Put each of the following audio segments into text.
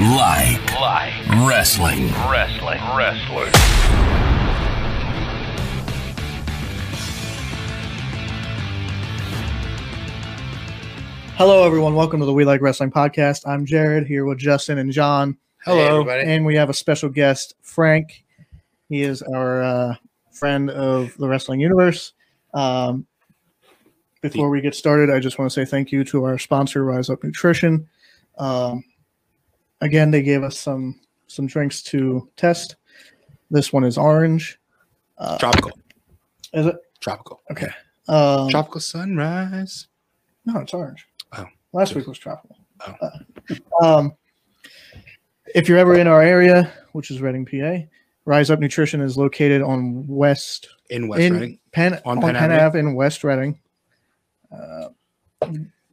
like Like wrestling. wrestling, wrestling. Hello, everyone. Welcome to the We Like Wrestling podcast. I'm Jared here with Justin and John, Hello, everybody. and we have a special guest, Frank. He is our uh, friend of the wrestling universe. Um, before we get started, I just want to say thank you to our sponsor, Rise Up Nutrition. Um, again, they gave us some some drinks to test. This one is orange. Uh, tropical, Oh. is it? tropical, Okay. Um, tropical sunrise. No, it's orange. Oh. Last week was tropical. Oh. Uh, um, if you're ever in our area, which is Reading, PA, Rise Up Nutrition is located on West In West in Reading, Penn on, On Penn, Penn Ave. Avenue. in West Reading. Uh,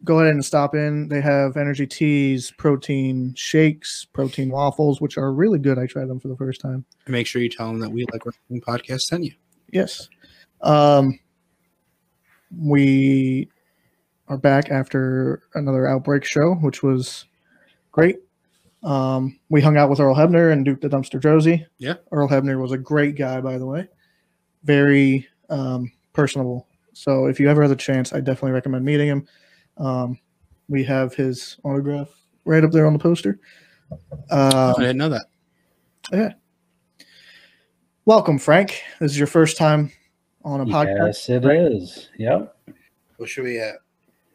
go ahead and stop in. They have energy teas, protein shakes, protein waffles, which are really good. I tried them for the first time. And make sure you tell them that we like wrestling podcast sent you. Yes. Um, we are back after another outbreak show, which was great. Um, we hung out with Earl Hebner and Duke the Dumpster Josie. Yeah. Earl Hebner was a great guy, by the way. Very um, personable. So if you ever have the chance, I definitely recommend meeting him. Um, we have his autograph right up there on the poster. Uh, I didn't know that. welcome, Frank. This is your first time on a podcast. Yes, it is. Yep. Well, should we, uh,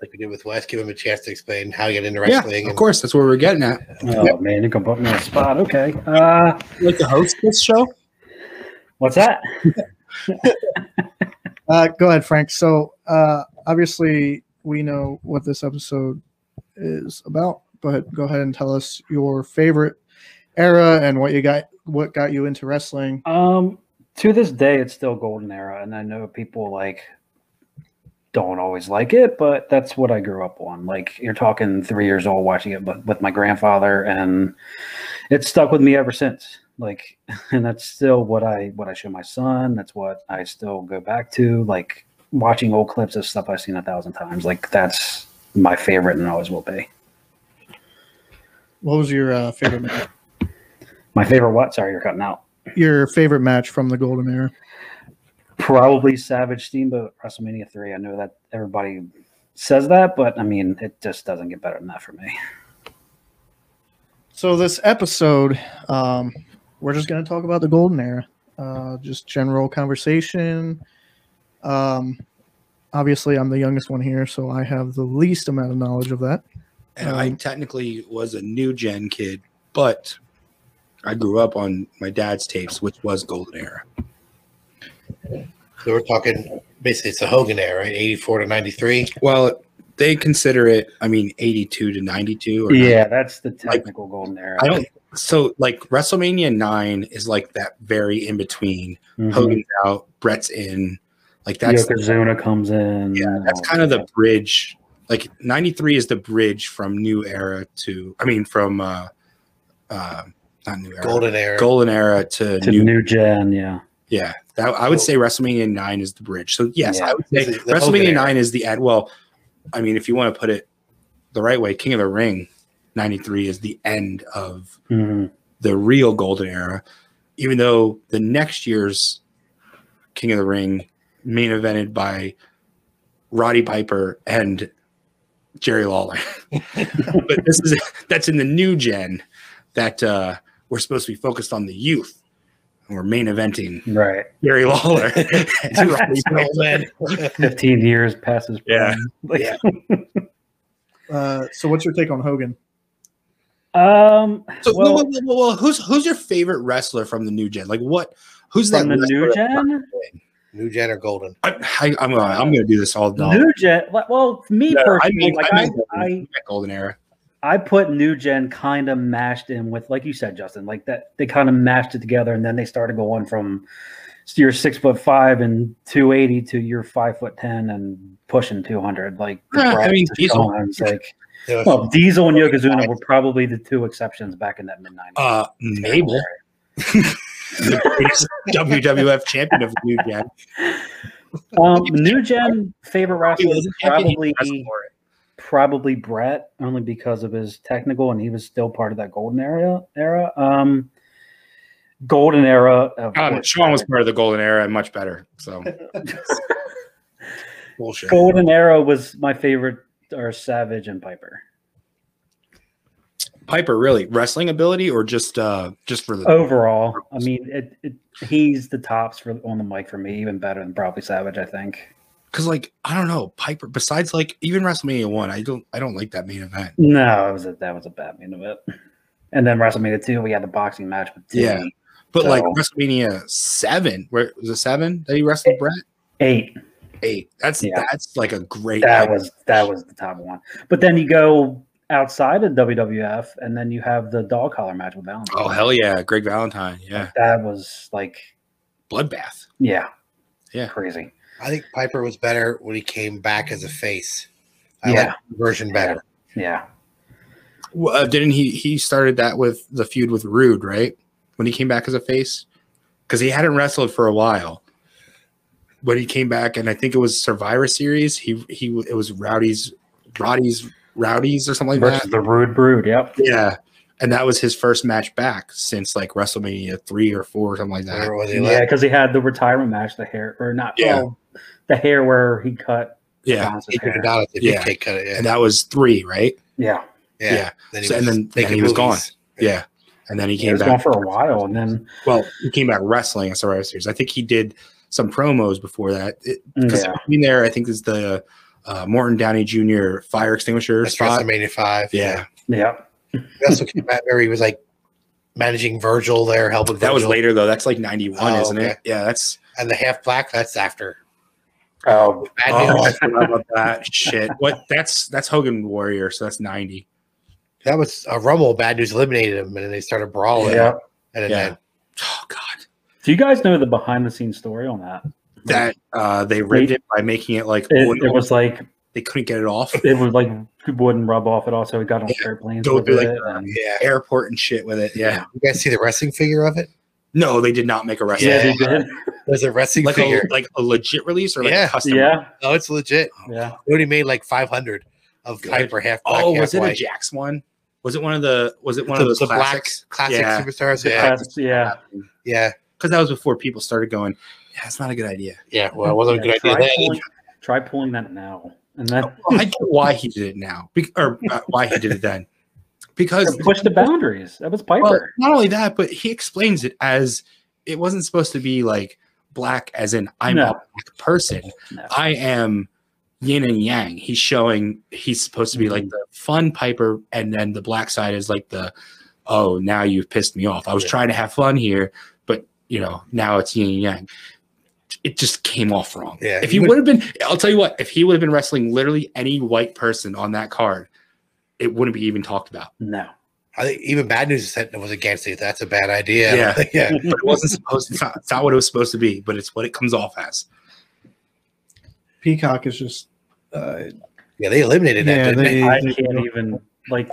like we did with Wes, give him a chance to explain how he got into Yeah, wrestling? of course. That's where we're getting at. Oh man, you can put me on the spot. Okay. Uh, Like to host this show. what's that? Uh, go ahead, Frank. So uh, obviously, we know what this episode is about, but go ahead and tell us your favorite era and what you got, what got you into wrestling. Um, to this day, it's still golden era, and I know people like don't always like it, but that's what I grew up on. Like you're talking three years old watching it, but with my grandfather, and it's stuck with me ever since. Like, and that's still what I what I show my son. That's what I still go back to. Like watching old clips of stuff I've seen a thousand times. Like that's my favorite, and always will be. What was your uh, favorite match? My favorite what? Sorry, you're cutting out. your favorite match from the Golden Era? Probably Savage Steamboat WrestleMania three. I know that everybody says that, but I mean, it just doesn't get better than that for me. So this episode, um, we're just going to talk about the Golden Era, uh, just general conversation. Um, obviously, I'm the youngest one here, so I have the least amount of knowledge of that. And I Um, technically was a new gen kid, but I grew up on my dad's tapes, which was Golden Era. So we're talking basically it's the Hogan era, right? 84 to 93. Well, they consider it. I mean, eighty-two to ninety-two. Or Yeah, that's the technical golden era. I don't. So, like WrestleMania nine is like that very in between. Mhm. Hogan's out, Brett's in. Like that's Yokozuna comes in. yeah that's Oh, kind of yeah. the bridge like 93 is the bridge from new era to i mean from uh uh not new era Golden era. golden era to, to new, new, gen. Yeah, yeah that, i would say wrestlemania 9 is the bridge so yes Yeah. i would say This is the Hogan wrestlemania era. 9 is the ad well i mean if you want to put it the right way king of the ring 93 is the end of Mhm. the real golden era even though the next year's king of the ring main evented by roddy piper and jerry lawler but this is that's in the new gen that uh, we're supposed to be focused on the youth and we're main eventing right. jerry lawler and Roddy Piper. Old man. Fifteen years passes. Yeah. Like, Uh, so, what's your take on Hogan? Um. so well, well, well, well, well, who's who's your favorite wrestler from the new gen like what who's that from the new wrestler- gen. New Gen or Golden. I, I, am gonna i'm gonna do this all day New gen. Well, me No, I personally, mean- like I mean- I, I golden era I put new gen kind of mashed in with, like you said, Justin, like that they kind of mashed it together, and then they started going from your six foot five and two eighty to your five foot ten and pushing two hundred. Like the Yeah, I Bretts, mean, the Diesel. Shawns, like There Oh, was- well, Diesel and Yokozuna were probably the two exceptions back in that mid nineties. uh mabel the biggest wwf champion of the new gen Uh, Um, new gen favorite wrestler is Champion, probably he wrestled for it. probably Brett only because of his technical, and he was still part of that golden era. Era, um, golden era. Of Um, Sean was part of the golden era and much better. So bullshit. golden era was my favorite, or Savage and Piper. Piper really wrestling ability or just uh just for the Oh. Overall, I mean, it, it, he's the tops for on the mic for me, even better than probably Savage. I think. because like I don't know Piper. Besides like even WrestleMania one, I don't I don't like that main event. No, it was a, that was a bad main event. And then WrestleMania two, we had the boxing match with Timmy. Yeah. But like No. WrestleMania seven, where was it seven that he wrestled Brett? eight. Eight. That's Yeah. that's like a great. That was that was the top one. But then you go outside of WWF, and then you have the dog collar match with Valentine. oh hell yeah, Greg Valentine. Yeah, That was like, bloodbath. yeah, Yeah. crazy. I think Piper was better when he came back as a face. I Yeah. like the version better. Yeah, Well, uh, didn't he? He started that with the feud with Rude, right? When he came back as a face, because he hadn't wrestled for a while. When he came back, and I think it was Survivor Series. He he. It was Rowdy's, Roddy's, Rowdy's or something like versus that. the Rude Brood. Yep. Yeah, and that was his first match back since like WrestleMania three or four or something like that. Where was he Yeah, left? because he had the retirement match, the hair or not? Yeah. oh, the hair where he cut. Yeah, John's He could hair. have done it if he Yeah. could cut it. Yeah. and that was three, right? Yeah, yeah. yeah. Then So- and then- making then he was movies. Yeah, and then he he came was back gone for a while, and then Well, he came back wrestling at Survivor Series. I think he did some promos before that. It, 'cause mm, yeah, between there, I think is the uh, Morton Downey Jr. fire extinguisher That's spot. WrestleMania five. Yeah, yeah. He also came back where he was like managing Virgil there, helping that was Virgil. later though. That's like ninety one, Oh, isn't okay. it? Yeah, that's. And the half black, that's after. Oh, Bad Oh, I News, forgot about that shit. What? That's that's Hogan Warrior. So that's ninety. that was a rumble. Bad news eliminated him, and then they started brawling. yeah. And then Yeah. Oh God, Do you guys know the behind the scenes story on that? that uh, they ripped it by making it like It, oil. it was like they couldn't get it off. it was like people wouldn't rub off at all, so we got on Yeah, airplanes. go with through, like, um, it, and- yeah, Airport and shit with it. Yeah. you guys see the wrestling figure of it? No, they did not make a wrestling. yeah, Yeah. they did. There's a wrestling Like a, figure. like a legit release or like Yeah. a custom yeah, oh, it's legit. yeah. We already made like 500 of Good. Piper half black. Oh, half was it a white. Jax one? Was it one of the? Was it one the, of those the classics? black classic Yeah. superstars? Yeah, That's- yeah. yeah, Because that was before people started going. Yeah, that's not a good idea. yeah. Well, it wasn't Yeah, a good idea. Try Then. pulling, try pulling that now, and then Well, I get why he did it now, be- or uh, why he did it then, because push the boundaries. That was Piper. well, not only that, but he explains it as it wasn't supposed to be like black, as in I'm No. a black person. No. I am yin and yang. He's showing he's supposed to be like Mhm. the fun Piper, and then the black side is like the oh, now you've pissed me off. I was Yeah. trying to have fun here, but you know, now it's yin and yang. It just came off wrong. Yeah, If he he would- would have been, I'll tell you what, if he would have been wrestling literally any white person on that card, it wouldn't be even talked about. no, I think even bad news said it was against it. That's a bad idea. Yeah. yeah. But it wasn't supposed to, it's not, it's not what it was supposed to be, but it's what it comes off as. Peacock is just uh, Yeah, they eliminated that. Yeah, didn't they- they, I can't even like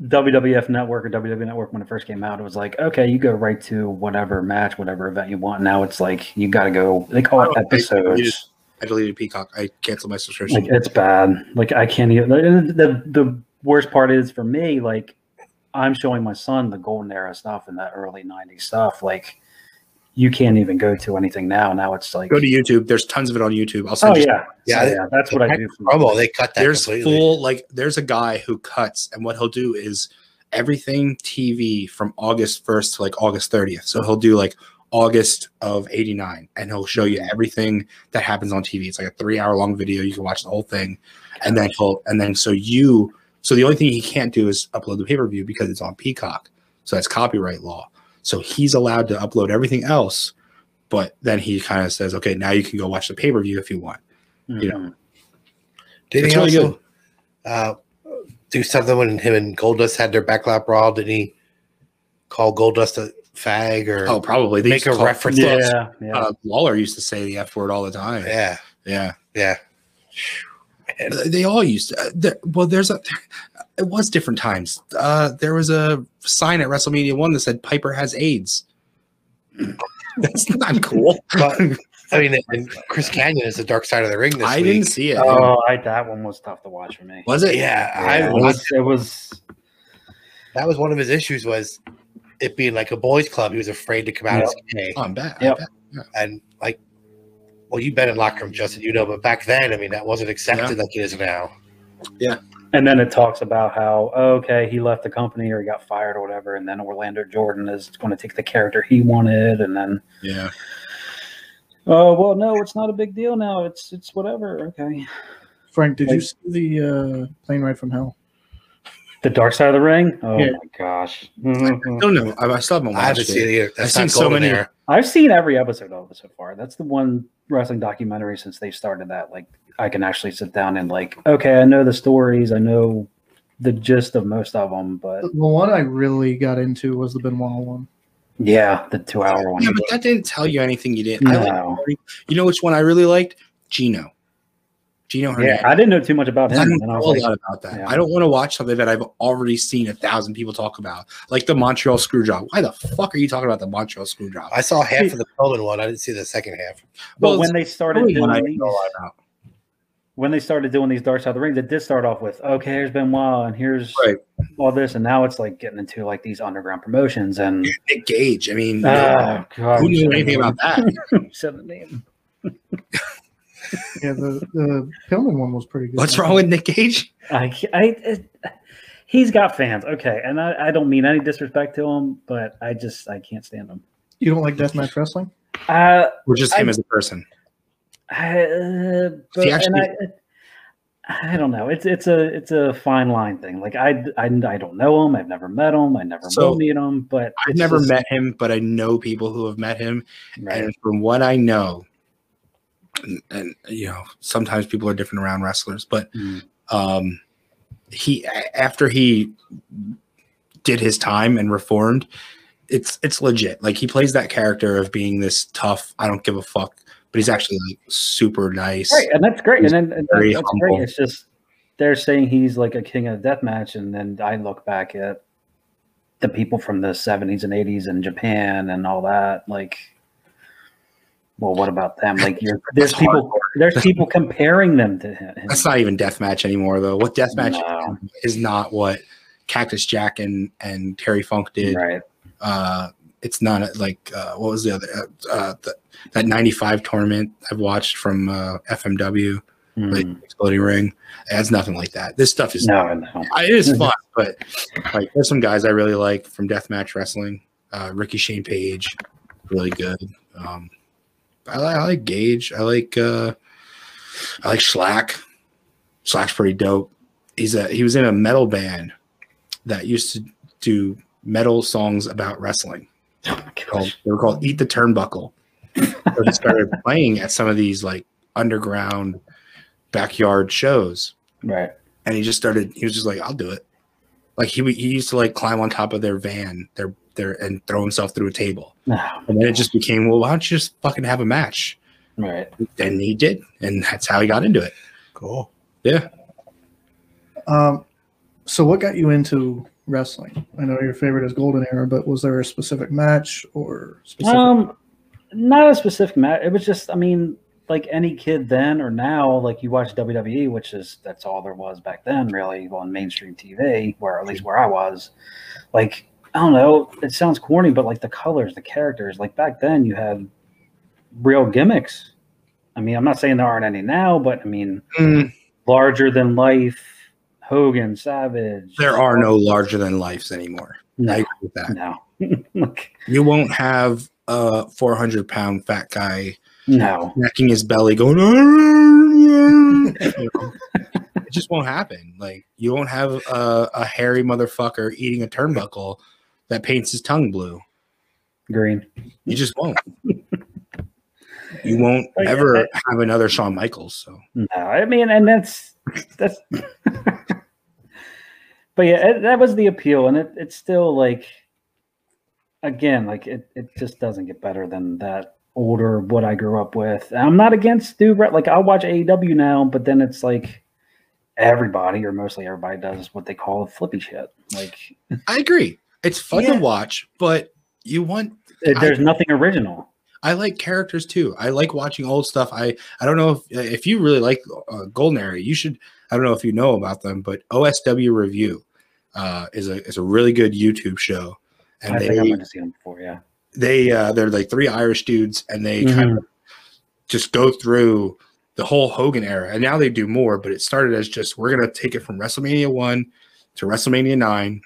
WWF Network or WWE Network when it first came out. It was like, okay, you go right to whatever match, whatever event you want. Now it's like you got to go. They call Oh, it they- they episodes. just- I deleted Peacock. I canceled my like subscription. it's bad like i can't even the, the the worst part is for me like i'm showing my son the golden era stuff and that early 90s stuff like you can't even go to anything now now it's like Go to YouTube. There's tons of it on YouTube. I'll send oh you yeah Yeah, yeah, they- yeah that's what i do for my- promo, they cut that there's completely. full like there's a guy who cuts and what he'll do is everything tv from august 1st to like august 30th so he'll do like august of 89 and he'll show Mm. you everything that happens on tv it's like a three hour long video you can watch the whole thing and then he'll and then so you so the only thing he can't do is upload the pay-per-view because it's on peacock so that's copyright law so he's allowed to upload everything else but then he kind of says okay now you can go watch the pay-per-view if you want you Mhm. Did It's he really also uh, do something when him and Goldust had their backlap brawl? Did he call Goldust a fag or oh probably They make used to a call- reference? to us? Mm-hmm. yeah yeah uh, Lawler used to say the F word all the time. yeah, Yeah. yeah. Uh, They all used to. Uh, there, well, there's a, it was different times. Uh, there was a sign at WrestleMania 1 that said Piper has AIDS. That's not cool. But I mean, and Chris Canyon is the dark side of the ring this I week. didn't see it. Oh, I, that one was tough to watch for me. was it? yeah, I, It I- was, it was that was one of his issues was it being like a boys' club. He was afraid to come out as gay, Oh, I'm back. Yep. and like, well, you've been in locker room, Justin, you know. But back then, I mean, that wasn't accepted like it is now. and then it talks about how oh, okay he left the company or he got fired or whatever, and then Orlando Jordan is going to take the character he wanted, and then Yeah. oh well, no, it's not a big deal now. It's it's whatever. Okay, Frank, did you see the uh, plane ride from hell? the dark side of the ring. Oh Yeah. my gosh, I don't know. I, I still haven't watched I haven't it. seen it either. That's I've seen not so golden many- era. I've seen every episode of it so far. That's the one wrestling documentary since they started that. Like, I can actually sit down and like, okay, I know the stories, I know the gist of most of them, but The one I really got into was the Benoit one. yeah, the two-hour one. Yeah, but that didn't tell you anything you didn't. I like, No. you know which one I really liked? Gino. Gino Hernandez. yeah, I didn't know too much about I him, don't and know I a was like, lot about that. yeah. I don't want to watch something that I've already seen a thousand people talk about, like the Montreal Screwjob. Why the fuck are you talking about the Montreal Screwjob? I saw half of the Pullman one. I didn't see the second half. but Well, when they started Really, I doing didn't these, know a lot about. when they started doing these dark side of the ring, it did start off with okay, here's Benoit, and here's Right. all this, and now it's like getting into like these underground promotions, and Nick Gage. I mean, oh god, who you knew should've anything about that? said the name. Yeah, the the Pillman one was pretty good. What's wrong with Nick Gage? I, ca- I, it, he's got fans, okay, and I, I don't mean any disrespect to him, but I just I can't stand him. You don't like deathmatch wrestling? Uh, Or just him I- as a person? I, uh, but, See, and actually- I, I don't know. It's it's a it's a fine line thing. Like I I, I don't know him. I've never met him. I never So, will meet him. But I've it's never just- met him, but I know people who have met him, Right. and from what I know, and, and, you know, sometimes people are different around wrestlers, but Mm. um, he a- after he did his time and reformed, it's it's legit. Like he plays that character of being this tough, I don't give a fuck, but he's actually like super nice. Right, and that's great. And, then and very that- that's great. humble. It's just they're saying he's like a king of the death match, and then I look back at the people from the seventies and eighties in Japan and all that. Like, well, what about them? Like, you're there's That's people there's people comparing them to him. That's not even deathmatch anymore, though. What deathmatch No. is not what Cactus Jack and and Terry Funk did. right. uh it's not uh, like uh what was the other uh, uh the, that 95 tournament i've watched from uh fmw like Mm. exploding ring that's nothing like that this stuff is No, no. I- Uh, it is Mhm. fun but like there's some guys i really like from deathmatch wrestling uh ricky shane page really good um i, li- I like gage i like uh i like slack slack's pretty dope he's a he was in a metal band that used to do metal songs about wrestling Oh my called gosh. they were called Eat the Turnbuckle. so they started playing at some of these like underground backyard shows, Right. and he just started. He was just like, "I'll do it." Like he would- he used to like climb on top of their van, their their and throw himself through a table, No. and then it just became, "Well, why don't you just fucking have a match?" Right. And he did, and that's how he got into it. Cool. Yeah, Um, so what got you into wrestling? I know your favorite is Golden Era, but was there a specific match or specific? Um, not a specific match. It was just, I mean, like any kid then or now, like you watch WWE, which is that's all there was back then, really, on mainstream TV, where at least where I was. Like, I don't know, it sounds corny, but like the colors, the characters, like back then you had real gimmicks. I mean, I'm not saying there aren't any now, but I mean, Mm, larger than life, Hogan, Savage. there are no larger than lives anymore. I no, agree with that. no, like, You won't have a 400 pound fat guy no. smacking his belly, going, you know, it just won't happen. Like you won't have a, a hairy motherfucker eating a turnbuckle that paints his tongue blue. Green. You just won't. You won't Like, ever have another Shawn Michaels. So No, Uh, I mean, and that's that's. but yeah, it, that was the appeal, and it, it's still like, again, like it, it just doesn't get better than that older what I grew up with. And I'm not against new re- like I'll watch AEW now, but then it's like everybody or mostly everybody does what they call flippy shit. Like I agree. It's fun Yeah. to watch, but you want. it, there's nothing original. I like characters too. I like watching old stuff. I I don't know if if you really like uh, Golden Era, you should. I don't know if you know about them, but OSW Review uh, is a is a really good YouTube show, and I they think I've been to see them before. Yeah. they uh, they're like three Irish dudes, and they kind of just go through the whole Hogan era. And now they do more, but it started as just we're gonna take it from WrestleMania one to WrestleMania nine,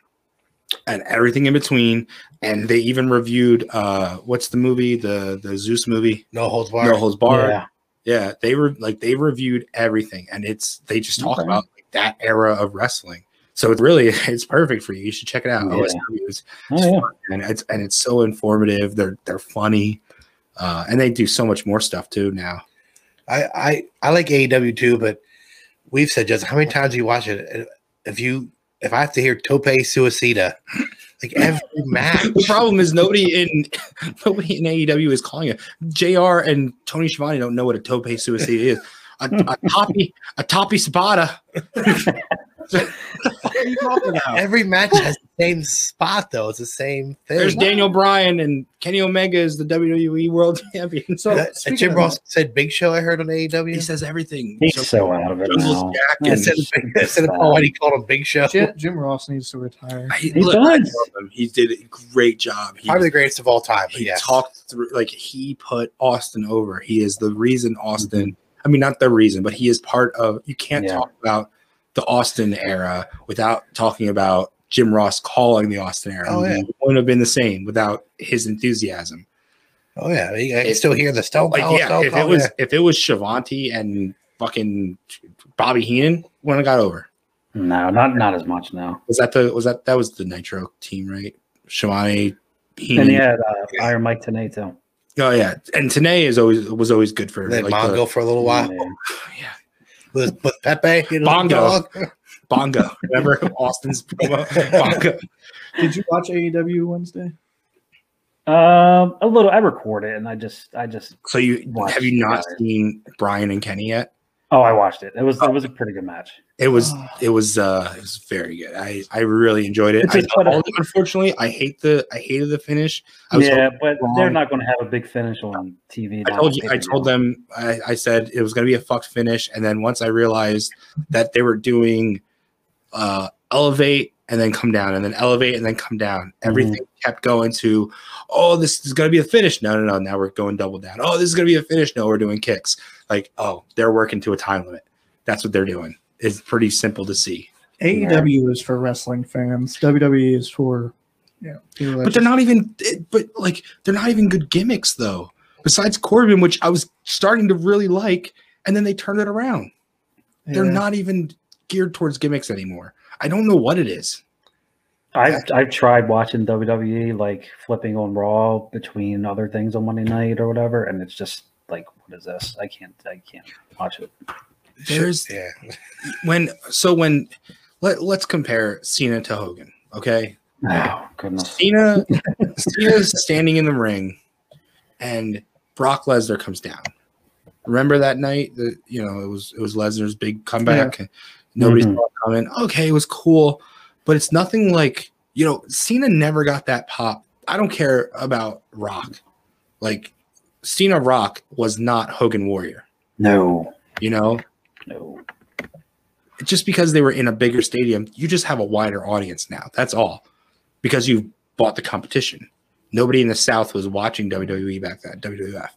and everything in between. And they even reviewed uh, what's the movie the the Zeus movie No holds barred. No Holds Barred. Yeah. Yeah. they were like they reviewed everything, and it's they just talk Okay. about like, that era of wrestling. So it's really it's perfect for you. You should check it out. Yeah. OSW is Oh, yeah. and it's and it's so informative. They're they're funny, uh, and they do so much more stuff too now. I, I I like AEW too, but we've said just how many times you watch it. And If you if I have to hear Tope Suicida, like every match, The problem is nobody in nobody in AEW is calling it. Jr. and Tony Schiavone don't know what a tope suicide is. A, a toppy a toppy Zapata. what are you talking about? every match has the same spot though. It's the same thing. There's Daniel Bryan and Kenny Omega is the WWE World Champion. So That- speaking Uh, Jim of Ross said Big Show. I heard on E AEW. he says everything. He's so out of it Juggles now. Jack Yeah, It and- said, it said Paul White, he called him Big Show. Jim, Jim Ross needs to retire. I- He look, I does. love him. He did a great job. He Probably the greatest of all time. But he yeah, talked through like he put Austin over. He is the reason Mm-hmm. Austin. I mean, not the reason, but he is part of. You can't Yeah. talk about the Austin era without talking about Jim Ross calling the Austin era. Oh, yeah. It wouldn't have been the same without his enthusiasm. oh yeah, I I can still hear the Stone Like, Cold. yeah, Stone if it Cold, was yeah. if it was Shavanti and fucking Bobby Heenan, when it got over, No, not not as much now. was that the was that that was the Nitro team, right? Shivani, Heenan. And he had uh, Iron Mike Tanay too. Oh yeah, and Tanay is always was always good for Then like, the- Mongo for a Oh, little while Yeah. yeah. with, with Pepe. you know, Bongo. dog. Bongo. Remember Austin's promo? Bongo. Did you watch AEW Wednesday? Um, a little. I record it, and I just, I just. So you Watch have you not guys. seen Brian and Kenny yet? Oh, I watched it. It was, it was a pretty good match. It was Ah. it was uh it was very good. I I really enjoyed it. It's I, just what- although, unfortunately, I hate the I hated the finish. I was yeah, but they're wrong. not going to have a big finish on TV. I told you I told them I, I said it was gonna be a fucked finish, and then once I realized that they were doing uh elevate and then come down and then elevate and then come down. Everything kept going to oh this is gonna be a finish. No, no, no, now we're going double down. Oh, this is gonna be a finish. No, we're doing kicks. Like, oh, they're working to a time limit. That's what they're doing. It's pretty simple to see. AEW E is for wrestling fans. WWE is for yeah. people that But they're not even but like they're not even good gimmicks though. Besides Corbin, which I was starting to really like, and then they turned it around. just- They're yeah. not even geared towards gimmicks anymore. I don't know what it is. I've, I've tried watching WWE, like flipping on Raw between other things on Monday night or whatever, and it's just like, what is this? I can't, I can't watch it. There's Yeah, when so when let let's compare Cena to Hogan. Okay, Oh goodness. Cena Cena's standing in the ring, and Brock Lesnar comes down. Remember that night that you know it was it was Lesnar's big comeback. and Nobody Mhm. saw it coming. Okay, it was cool, but it's nothing like you know Cena never got that pop. I don't care about Rock. Like Cena Rock was not Hogan Warrior. No, You know, no. just because they were in a bigger stadium, you just have a wider audience now. That's all. Because you've bought the competition. Nobody in the South was watching WWE back then, WWF.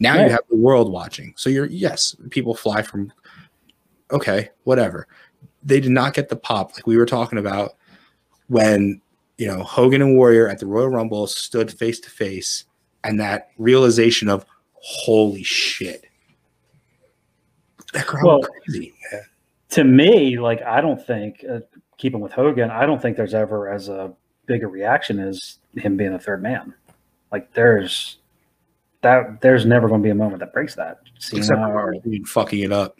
Now Right. you have the world watching. So you're yes, people fly from okay, whatever. They did not get the pop like we were talking about when you know Hogan and Warrior at the Royal Rumble stood face to face and that realization of holy shit. That crowd was Well, crazy. to me, like I don't think uh, keeping with Hogan, I don't think there's ever as a big a reaction as him being a third man. Like there's that there's never going to be a moment that breaks that. Cena, Except for or- Heenan fucking it up.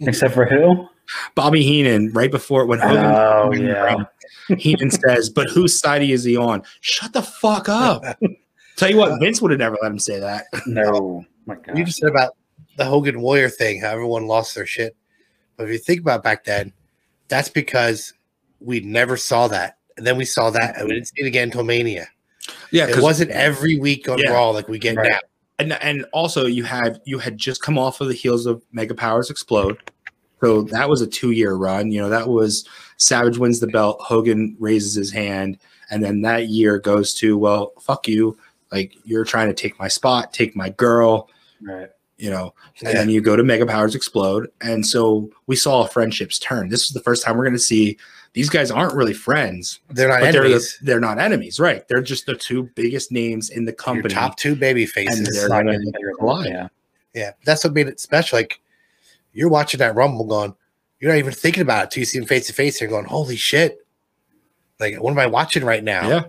except for who? Bobby Heenan, right before when Hogan, Oh yeah, Heenan says, "But whose side is he on?" Shut the fuck up. Tell you what, Vince would have never let him say that. no, my you God. just said about the Hogan Warrior thing, how everyone lost their shit. But if you think about back then, that's because we never saw that. And then we saw that, and we didn't see it again until Mania. Yeah, It wasn't every week on Yeah. Raw like we get Right. now. and and also you had you had just come off of the heels of Mega Powers Explode, so that was a two year run. You know that was Savage wins the belt, Hogan raises his hand, and then that year goes to well, fuck you, like you're trying to take my spot, take my girl, Right. you know, Yeah. and then you go to Mega Powers Explode, and so we saw friendships turn. This is the first time we're going to see these guys aren't really friends, They're not but they're the, enemies. they're not enemies, right? They're just the two biggest names in the Your company. top two baby And faces. they're Like, gonna collide. yeah. Yeah, that's what made it special. Like you're watching that Rumble, going, you're not even thinking about it till you see him face to face. You're going, holy shit! Like, what am I watching right now? yeah.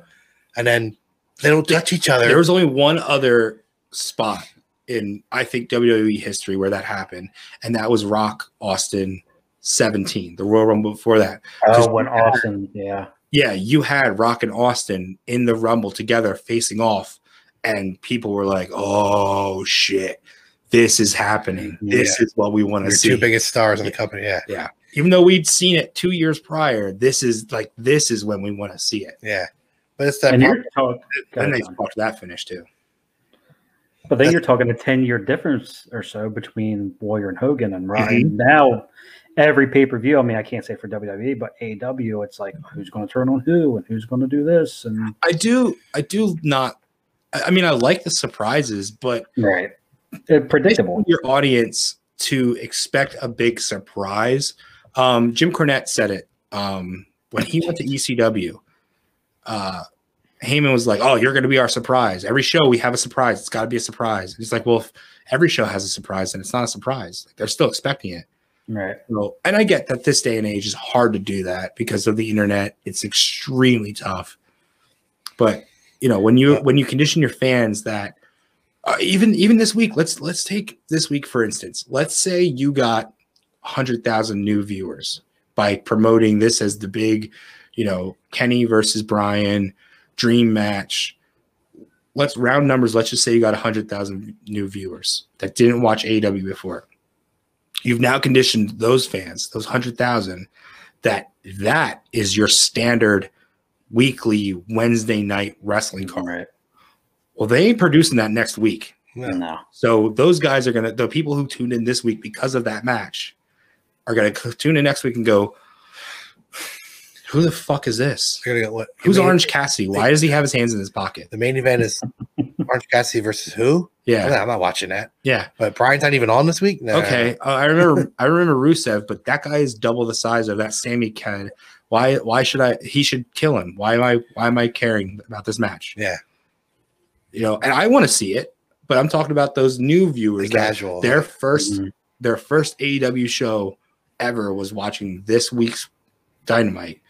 And then they don't touch each other. There was only one other spot in I think WWE history where that happened, and that was Rock Austin 17, the Royal Rumble before that. Oh, Just- when Austin, yeah. Yeah, you had Rock and Austin in the Rumble together facing off, and people were like, "Oh shit, this is happening. This is what we want your to see." two biggest stars in the company. Yeah, Even though we'd seen it two years prior, this is like this is when we want to see it. yeah. But it's that. And pop- you're talk, And go ahead, they John. fucked that finish too. but then you're talking a 10 year difference or so between Warrior and Hogan and Ryan. Mm-hmm. Now, every pay per view, I mean, I can't say for WWE, but AW, it's like who's going to turn on who and who's going to do this. And I do, I do not. I I mean, I like the surprises, but right. It, predictable. your audience to expect a big surprise. Um, Jim Cornette said it um, when he went to ECW. Uh, Heyman was like, "Oh, you're going to be our surprise. Every show we have a surprise. It's got to be a surprise." He's like, "Well, if every show has a surprise, and it's not a surprise. Like, they're still expecting it." Right. So, and I get that this day and age is hard to do that because of the internet. It's extremely tough. But you know, when you when you condition your fans that uh, even even this week, let's let's take this week for instance. Let's say you got hundred thousand new viewers by promoting this as the big, you know, Kenny versus Brian dream match. Let's round numbers. Let's just say you got hundred thousand new viewers that didn't watch AEW before you've now conditioned those fans, those 100,000, that that is your standard weekly Wednesday night wrestling card. Right. Well, they ain't producing that next week. no. No. So those guys are going to, the people who tuned in this week because of that match are going to tune in next week and go, who the fuck is this? They're gonna go, what, Who's the main- Orange Cassidy? Why does he have his hands in his pocket? The main event is Orange Cassidy versus who? I'm Yeah. not- I'm not watching that. Yeah. But Brian's not even on this week. No. Okay, uh, I remember I remember Rusev, but that guy is double the size of that Sammy kid. Why why should I? He should kill him. Why am I why am I caring about this match? Yeah. You know, and I want to see it, but I'm talking about those new The viewers. That casual. their 1st Mhm. their first AEW show ever was watching this week's Dynamite.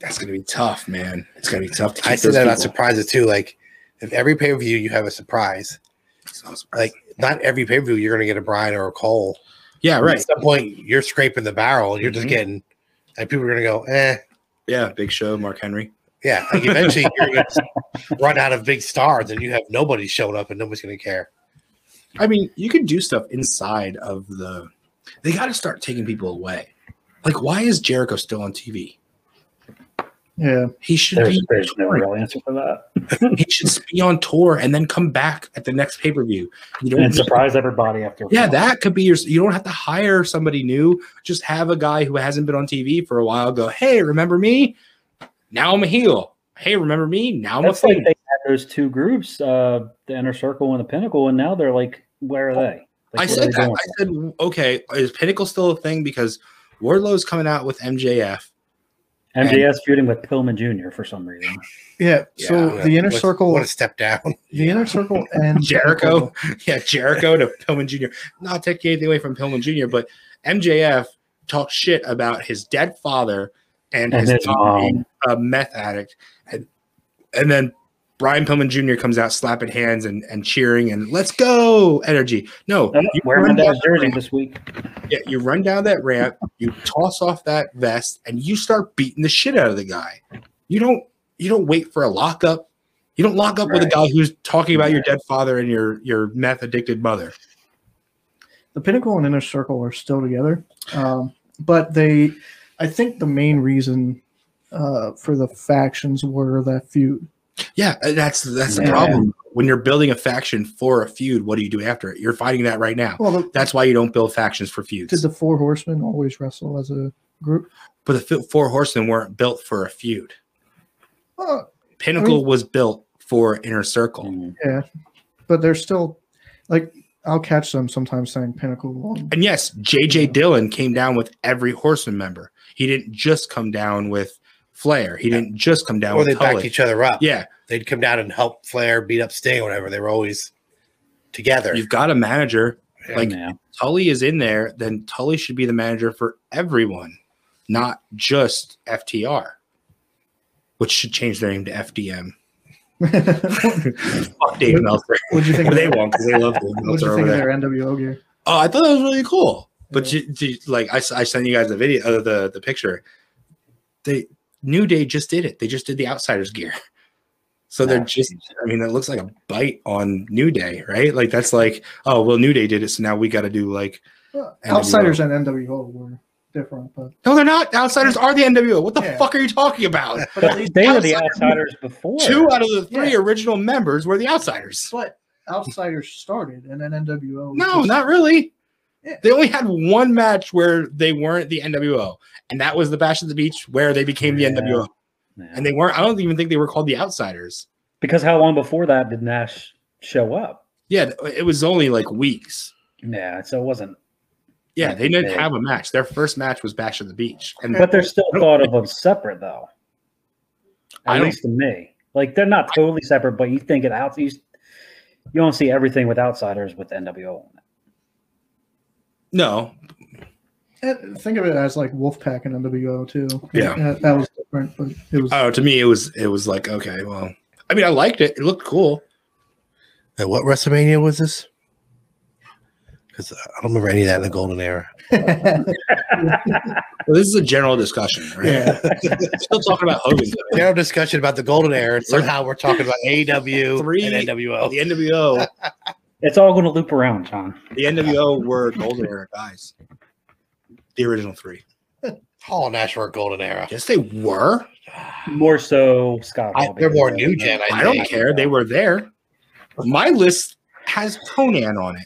That's gonna be tough, man. It's gonna be tough. To keep I said those that about people. surprises too. Like if every pay per view you have a surprise, It's not surprising. like not every pay per view you're going to get a Brian or a Cole. yeah, right. At some point, you're scraping the barrel. You're just Mhm. getting, and people are going to go, eh, Yeah, big show, Mark Henry. yeah. Like eventually, you're going to run out of big stars, and you have nobody showing up, and nobody's going to care. I mean, you can do stuff inside of the. They got to start taking people away. Like, why is Jericho still on TV? Yeah. He should There's, be. there's no real answer for that. He should be on tour and then come back at the next pay per view. You don't. And surprise everybody after. a yeah, while. that could be your. You don't have to hire somebody new. Just have a guy who hasn't been on TV for a while. Go, hey, remember me? Now I'm a heel. Hey, remember me? Now I'm That's a like face. they had those two groups, uh, the inner circle and the pinnacle, and now they're like, where are they? Like, Oh, I what are said they that. doing? I said, okay, is Pinnacle still a thing? Because Wardlow's coming out with MJF. MJS feuding with Pillman Jr. for some reason. Yeah. So Yeah. the inner What- circle, What a step down. the inner circle and Jericho. yeah, Jericho to Pillman Jr. Not taking anything away from Pillman Jr., but MJF talked shit about his dead father and, And his, his mom being mom. a meth addict. And, and then Brian Pillman Jr. comes out slapping hands and, and cheering and let's go energy. No, I'm you wearing my run dad's down- jersey this week. yeah, you run down that ramp, you toss off that vest, and you start beating the shit out of the guy. You don't you don't wait for a lockup. You don't lock up with a Right. guy who's talking about your dead father and your your meth addicted mother. the pinnacle and inner circle are still together um, but they i think the main reason uh, for the factions were that feud Yeah, and that's that's the Yeah. problem. When you're building a faction for a feud, what do you do after it? You're fighting that right now. Well, the, That's why you don't build factions for did feuds. the Four Horsemen always wrestle as a group? but the fi- four horsemen weren't built for a feud. Oh, Pinnacle was built for Inner Circle. but they're still like I'll catch them sometimes saying Pinnacle. and- And yes, JJ Dillon came down with every horseman member. He didn't just come down with Flair. He didn't just come down Or they with backed Tully. each other up. yeah, They'd come down and help Flair beat up Sting or whatever. They were always together. you've got a manager. Like yeah. Tully is in there, then Tully should be the manager for everyone, not just FTR, which should change their name to FDM. Fuck Dave Meltzer. What'd you think? Of they their, won't because they love Dave what'd Meltzer you over think of there. their NWO gear? Oh, I thought that was really cool. But you, you- like I, s- I sent you guys the video, uh, the the picture. They New Day just did it. They just did the Outsiders gear. So they're Oh, just. jeez. I mean, that looks like a bite on New Day, right? Like that's like, oh well, New Day did it, so now we got to do like. Well, NWO. Uh, Outsiders and NWO were different, but No, they're not. Outsiders are the NWO. What the Yeah. fuck are you talking about? But they were the Outsiders- outsiders before. Two out of the three Yeah. original members were the Outsiders. but Outsiders started and then NWO. was No, just- not really. Yeah. They only had one match where they weren't the NWO, and that was the Bash at the Beach where they became the Yeah. NWO. Yeah. And they weren't, I don't even think they were called the Outsiders. because how long before that did Nash show up? Yeah, it was only like weeks. Yeah, so it wasn't. Yeah, they didn't Yeah. have a match. Their first match was Bash at the Beach. And But they're still I don't thought of as separate, though. I At don't- least to me, like they're not totally separate, but you think it out. You, you don't see everything with outsiders with NWO. no, And Eh, think of it as like Wolfpack and NWO too. Eh, Yeah. that, that was different, but it was. oh, to me, it was, it was like, okay, well, I mean, I liked it. It looked cool. At what WrestleMania was this? Because I don't remember any of that in the golden era. Well, this is a general discussion, right? yeah, Still talking about Hogan. General discussion about the golden era. and Somehow we're talking about AEW Three- and NWO. The NWO, It's all going to loop around, John. the NWO were Golden Era guys. The original three. Hall and Nash were golden era. Yes, they were. More so, Scott. I, Hall they're being more the- new gen. I, I don't think. care. They were there. My list has Conan on it.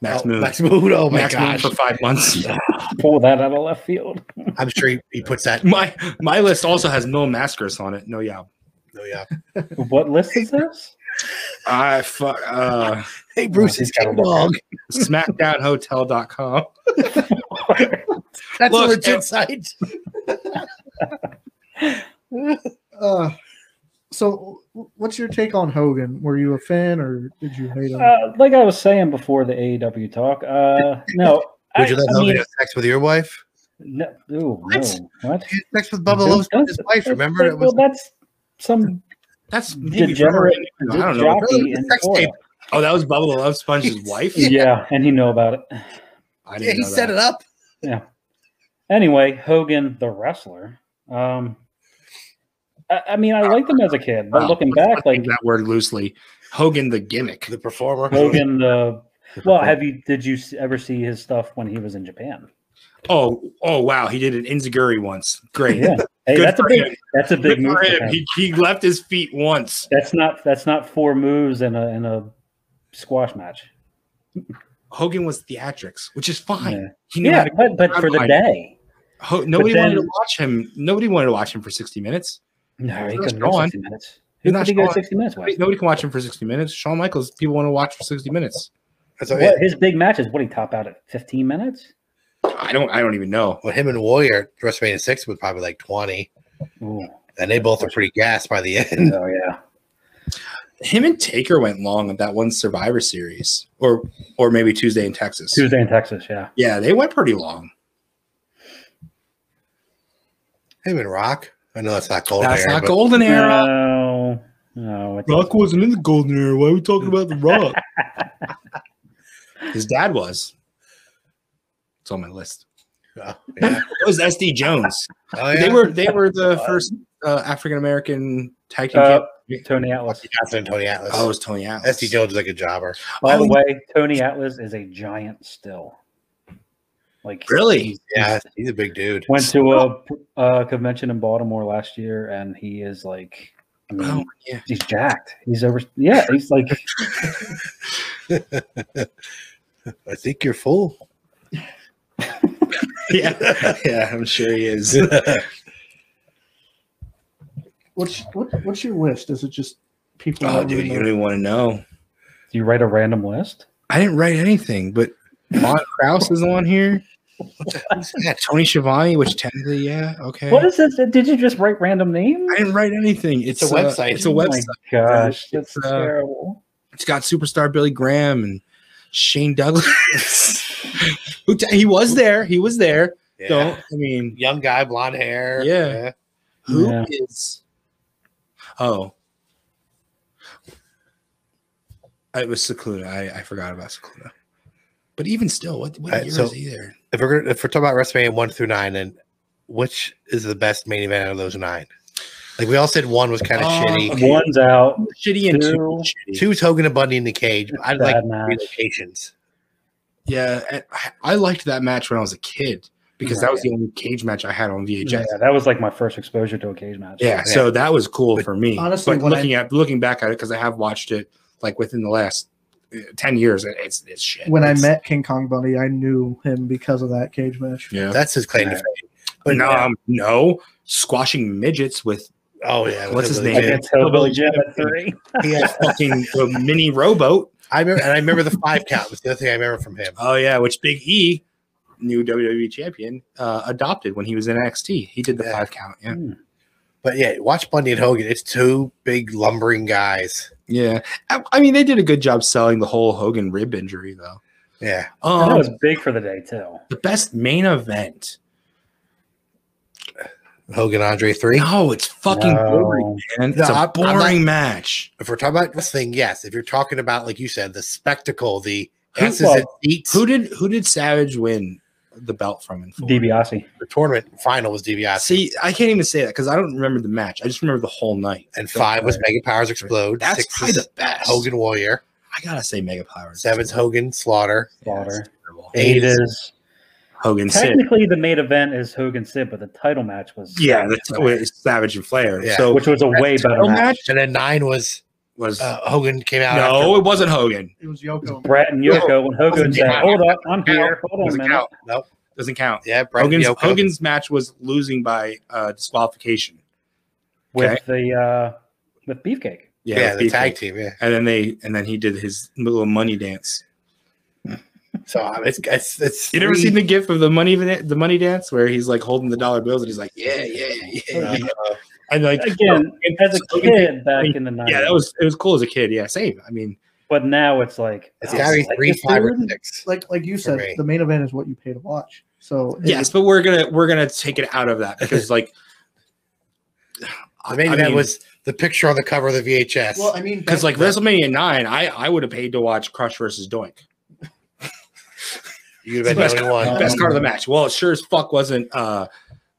Max Oh, Moon. Max Moon. Oh my Max Moon gosh! for five months. Pull that out of left field. I'm sure he, he puts that. My my list also has Mil Mascaris on it. No, yeah. Oh, yeah. What list is this? I fu- uh, Hey Bruce, it's got a dog. SmackdownHotel.com. That's Look, a legit site. uh, so, w- what's your take on Hogan? Were you a fan, or did you hate him? Uh, like I was saying before the AEW talk, uh, no. Would you let I, I Hogan mean, have sex with your wife? no, ooh, What? no. What? He had sex with Bubba Love's That's- his wife. Remember, it was well, that's some That's maybe degenerate I don't know. jockey in Sex Florida. tape. Oh, that was Bubba the Love Sponge's wife. Yeah. and he know about it. I yeah, he set it up. Anyway, Hogan the wrestler. Um, I, I mean, I liked him as a kid, but looking back, like that word loosely. Hogan the gimmick. The performer. Hogan the. Well, have you? Did you s- ever see his stuff when he was in Japan? Oh, oh wow, he did an Inzaguri once. Great. Yeah. Hey, Good that's a for big. him. That's a big Good move. for for him. him. He, he left his feet once. That's not. That's not four moves in a in a squash match. Hogan was theatrics, which is fine. Yeah, He knew how yeah to- but but for the Fine. day, Ho- nobody But wanted to then- watch him. Nobody wanted to watch him for sixty minutes. no, he He's couldn't not go strong. sixty minutes. He's Who not could he go strong. sixty minutes Nobody, with? nobody can watch him for sixty minutes. Shawn Michaels, people want to watch for sixty minutes. That's what, What, his big matches? What he top out at fifteen minutes? I don't. I don't even know. well, him and Warrior at WrestleMania six was probably like twenty, Ooh. and they both were pretty gassed by the Mm. end. Oh yeah. Him and Taker went long at that one Survivor Series, or or maybe Tuesday in Texas. Tuesday in Texas, yeah. Yeah, they went pretty long. Him and Rock. I know that's not golden That's era. not but Golden Era. No, no. it's- Rock wasn't in the Golden Era. Why are we talking about the Rock? His dad was. It's on my list. yeah. It was SD Jones. Oh, yeah. They were they were the first uh, African American tag team. Uh, champ- Tony Atlas. Johnson and Tony Atlas. oh, it was Tony Atlas. SD Jones is like a jobber. By the Oh, way, Tony Atlas is a giant still. Like Really? he's- Yeah, he's a big dude. uh, Went to a, a convention in Baltimore last year, and he is like I mean, Oh, yeah. he's jacked. He's over. Yeah, he's like I think you're full. yeah, yeah, I'm sure he is. What's what, what's your list? Is it just people? Oh, that dude, really you know- don't even want to know. you write a random list. I didn't write anything, but Mont Krause is on here. Yeah, Tony Schiavone, which technically, yeah, okay. What is this? Did you just write random names? I didn't write anything. It's, It's a uh, website. it's a website. Oh my gosh, It's, that's uh, terrible. It's got superstar Billy Graham and Shane Douglas. Who t- he was there. He was there. Yeah. Don't I mean Young guy, blonde hair. Yeah. who is? Yeah. oh. Uh, It was Secluna. I, I forgot about Secluna. But even still, what, what All right, year so- is he there? If we're gonna- if we're talking about WrestleMania one through nine, then which is the best main event out of those nine? Like we all said, one was kind of Oh, shitty. okay. One's out. Shitty and two Two. shitty. Two Hogan and Bundy in the cage. but I'd like Bad match. relocations. Yeah, and I, I liked that match when I was a kid because that was the only cage match I had on VHS. Yeah, that was like my first exposure to a cage match. Yeah, so that was cool for me. honestly, but when I- looking at looking back at it because I have watched it like within the last uh, ten years, it- it's it's shit. When I It's- met King Kong Bundy, I knew him because of that cage match. yeah, That's his claim to Yeah. fame. but no, um, no squashing midgets with Oh yeah, What's his Billy name? Jim. Against Hillbilly Jim at three. He had- fucking the mini rowboat. I remember, and I remember the five count was the other thing I remember from him. Oh yeah, which Big E, new WWE champion, uh, adopted when he was in NXT. He did the Yeah. five count. Yeah, But yeah, watch Bundy and Hogan. It's two big lumbering guys. yeah. I, I mean, they did a good job selling the whole Hogan rib injury though. Yeah, And that Um, was big for the day too. the best main event. Hogan Andre three. No, Oh, it's fucking No. boring, man. It's No, I- a I'm boring match. If we're talking about this thing, yes. If you're talking about like you said, the spectacle, the Who- asses well, and seats. Who did who did Savage win the belt from in full? DiBiase. the tournament final was DiBiase, See, I can't even say that because I don't remember the match. I just remember the whole night. and five was Mega Powers Explode. That's six probably was the best. Hogan Warrior. I gotta say Mega Powers. Seven's Hogan Slaughter. Slaughter. Yeah, Eight Eight is- is Hogan Sid. technically the main event is Hogan Sid, but the title match was Yeah, that's wait, Savage and Flair. Yeah. So which was a way better title match. And then nine was was uh, Hogan came out. no, after- it wasn't Hogan. It was Yoko. Brett and Yoko when Hogan Doesn't said, count. "Hold up, I'm Count. here. Hold on a Doesn't minute." count. Nope. Doesn't count. Yeah, Brett and Hogan's Yoko. Hogan's match was losing by uh, disqualification. With the uh, with Beefcake, Yeah, the beat tag him. team. Yeah. And then they and then he did his little money dance. So um, it's it's it's. You never three- seen the gif of the money the money dance where he's like holding the dollar bills and he's like, yeah, yeah, yeah, yeah. uh, and like again as a kid back in the nineties. yeah, that was it was cool as a kid. Yeah, same. I mean, But now it's like It's oh, got to be like three, this five, or dude? six. Like like you For said, me. the main event is what you pay to watch. So it- yes, but we're gonna we're gonna take it out of that because like The main I event mean- was the picture on the cover of the VHS. Well, I mean, because like that's- WrestleMania nine, I I would have paid to watch Crush versus Doink. you would have been Best the only one. Um, Best card of the match. Well, it sure as fuck wasn't uh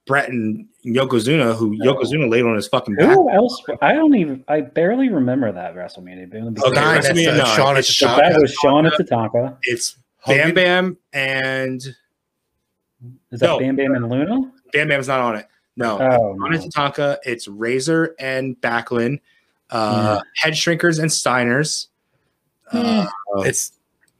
Brett and Yokozuna who Yokozuna laid on his fucking back. Who else? I don't even. I barely remember that WrestleMania. being the Okay, beginning. Nine, that's, WrestleMania uh, nine. Shawn and It's So Shaka. that was Shawn and Tatanka. It's Bam Hogan- Bam and Is that No. Bam Bam and Luna? Bam Bam's not on it. No, Uh, Oh, on it no. Tatanka. It's Razor and Backlund, uh, Head Shrinkers and Steiners. Uh, It's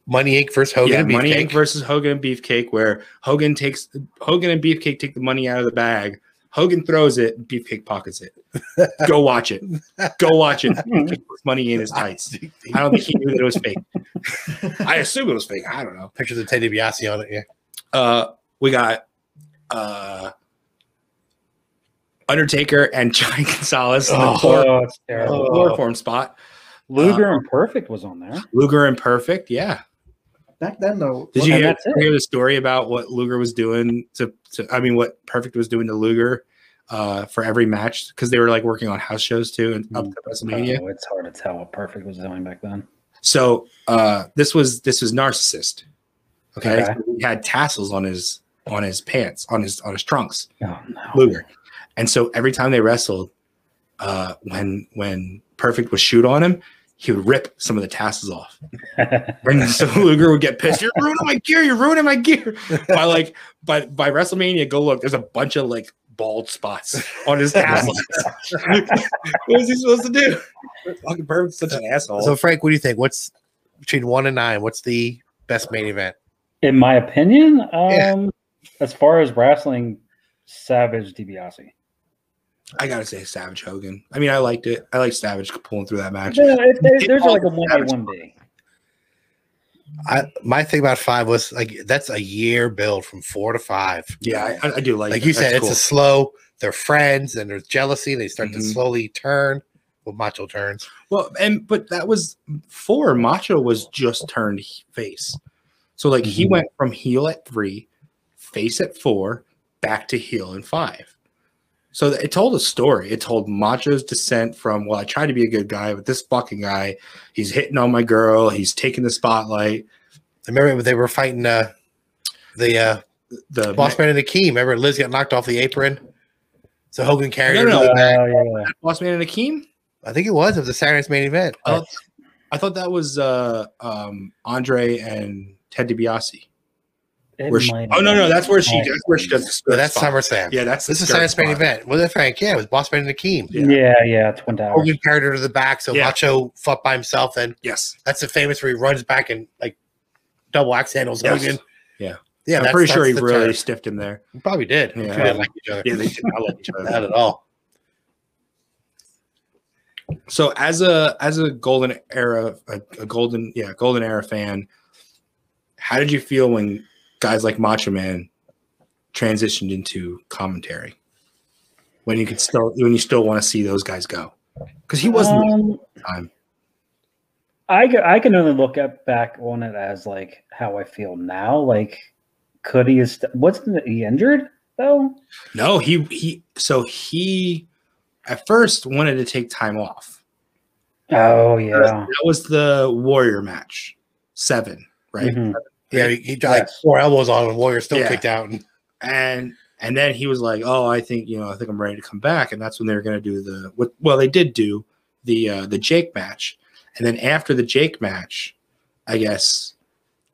Money Inc. versus Hogan. yeah, and Money Beefcake. Inc. versus Hogan and Beefcake, where Hogan takes Hogan and Beefcake take the money out of the bag. Hogan throws it, Beefcake pockets it. Go watch it. Go watch it. Beefcake puts money in his tights. I don't think he knew that it was fake. I assume it was fake. I don't know. Pictures of Ted DiBiase on it. Yeah. Uh, we got uh, Undertaker and Giant Gonzalez. in the Oh. chlor- Oh, it's terrible. Oh. chloroform spot. Luger and Perfect was on there. Luger and Perfect, yeah. back then though. Did what- you hear, And that's it. hear the story about what Luger was doing to, to I mean, what Perfect was doing to Luger uh, for every match because they were like working on house shows too and up to WrestleMania. Oh, it's hard to tell what Perfect was doing back then. So uh, this was this was narcissist. Okay, Okay. So he had tassels on his on his pants on his on his trunks. Oh no. Luger. And so every time they wrestled, uh, when when Perfect would shoot on him, he would rip some of the tassels off. And so Luger would get pissed. You're ruining my gear. You're ruining my gear. By like by by WrestleMania, go look. There's a bunch of like bald spots on his castle. what is he supposed to do? Fucking Berman's such an asshole. So, Frank, what do you think? What's between one and nine? What's the best main event? In my opinion, um, Yeah. as far as wrestling, Savage DiBiase. I gotta say Savage Hogan. I mean, I liked it. I like Savage pulling through that match. Yeah, it- there- there's all like a one A, Savage one B. I my thing about five was like that's a year build from four to five. Yeah, I, I do like. Like it. you That's said, cool. it's a slow. They're friends, and there's jealousy. They start to Mhm. slowly turn. Well, macho turns. Well, and but that was four. Macho was just turned he- face, so like he Mm-hmm. Mhm. went from heel at three, face at four, back to heel in five. So th- it told a story. It told Macho's descent from well, I tried to be a good guy, but this fucking guy, he's hitting on my girl, he's taking the spotlight. Remember they were fighting uh, the uh, The boss man and the key. Remember Liz got knocked off the apron. So Hogan carried No, her. to no, the Oh, back. yeah. boss man and Akeem. I think it was. It was the Saturday's main event. I thought, I thought that was uh, um, Andre and Ted DiBiase. It Where she- might oh no, no, have- that's where she. might- That's where she does. The No, skirt that's spot. SummerSlam. Yeah, that's the This is skirt Saturday's main spot. event. Was it Frank? Yeah, it was boss man and the key. Yeah. Oh, Yeah, yeah, Twin Towers. Hogan carried her to the back, so Yeah. Macho fought by himself, and Yes. that's the famous where he runs back and like double axe handles Yes. Hogan. Yeah. yeah. I'm that's- pretty sure that's he the really term. stiffed him there. He probably did. Yeah. Yeah. They didn't like each other. Yeah, they did not like each not other. at all. So as a as a golden era, a, a golden yeah, golden era fan, how did you feel when guys like Macho Man transitioned into commentary? When you could still when you still want to see those guys go, because he wasn't there Um, at the time. I ca- I can only look at back on it as like how I feel now. Like, could he? Est- wasn't he injured though? No, he he. So he at first wanted to take time off. Oh yeah, That was the Warrior match, seven, right? Mhm. Yeah, he, he got, like Yes. four elbows on him. Warrior still Yeah. kicked out. And And and then he was like, "Oh, I think you know, I think I'm ready to come back." And that's when they were going to do the what? Well, they did do the uh, the Jake match, and then after the Jake match, I guess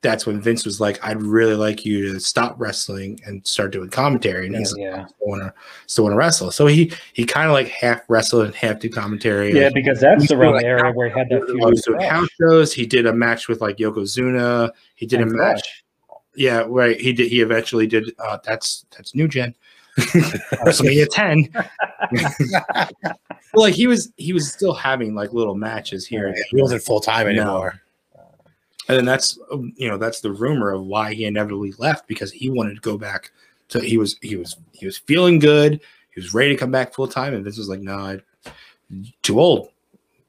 that's when Vince was like, "I'd really like you to stop wrestling and start doing commentary." And yeah, he's like, yeah. "I want to still want to wrestle." So he he kind of like half wrestled and half did commentary. Yeah, like, because that's the we feel wrong like era where he had that he was doing feud. house shows. He did a match with like Yokozuna. He did a And match. Yeah, right. He did. He eventually did. Uh, that's that's new gen. WrestleMania ten. well, like he was, he was still having like little matches here, and, he wasn't full time No. anymore. there. and then that's um, you know that's the rumor of why he inevitably left because he wanted to go back to he was he was he was feeling good. He was ready to come back full time, and Vince was like, "No, I, too old."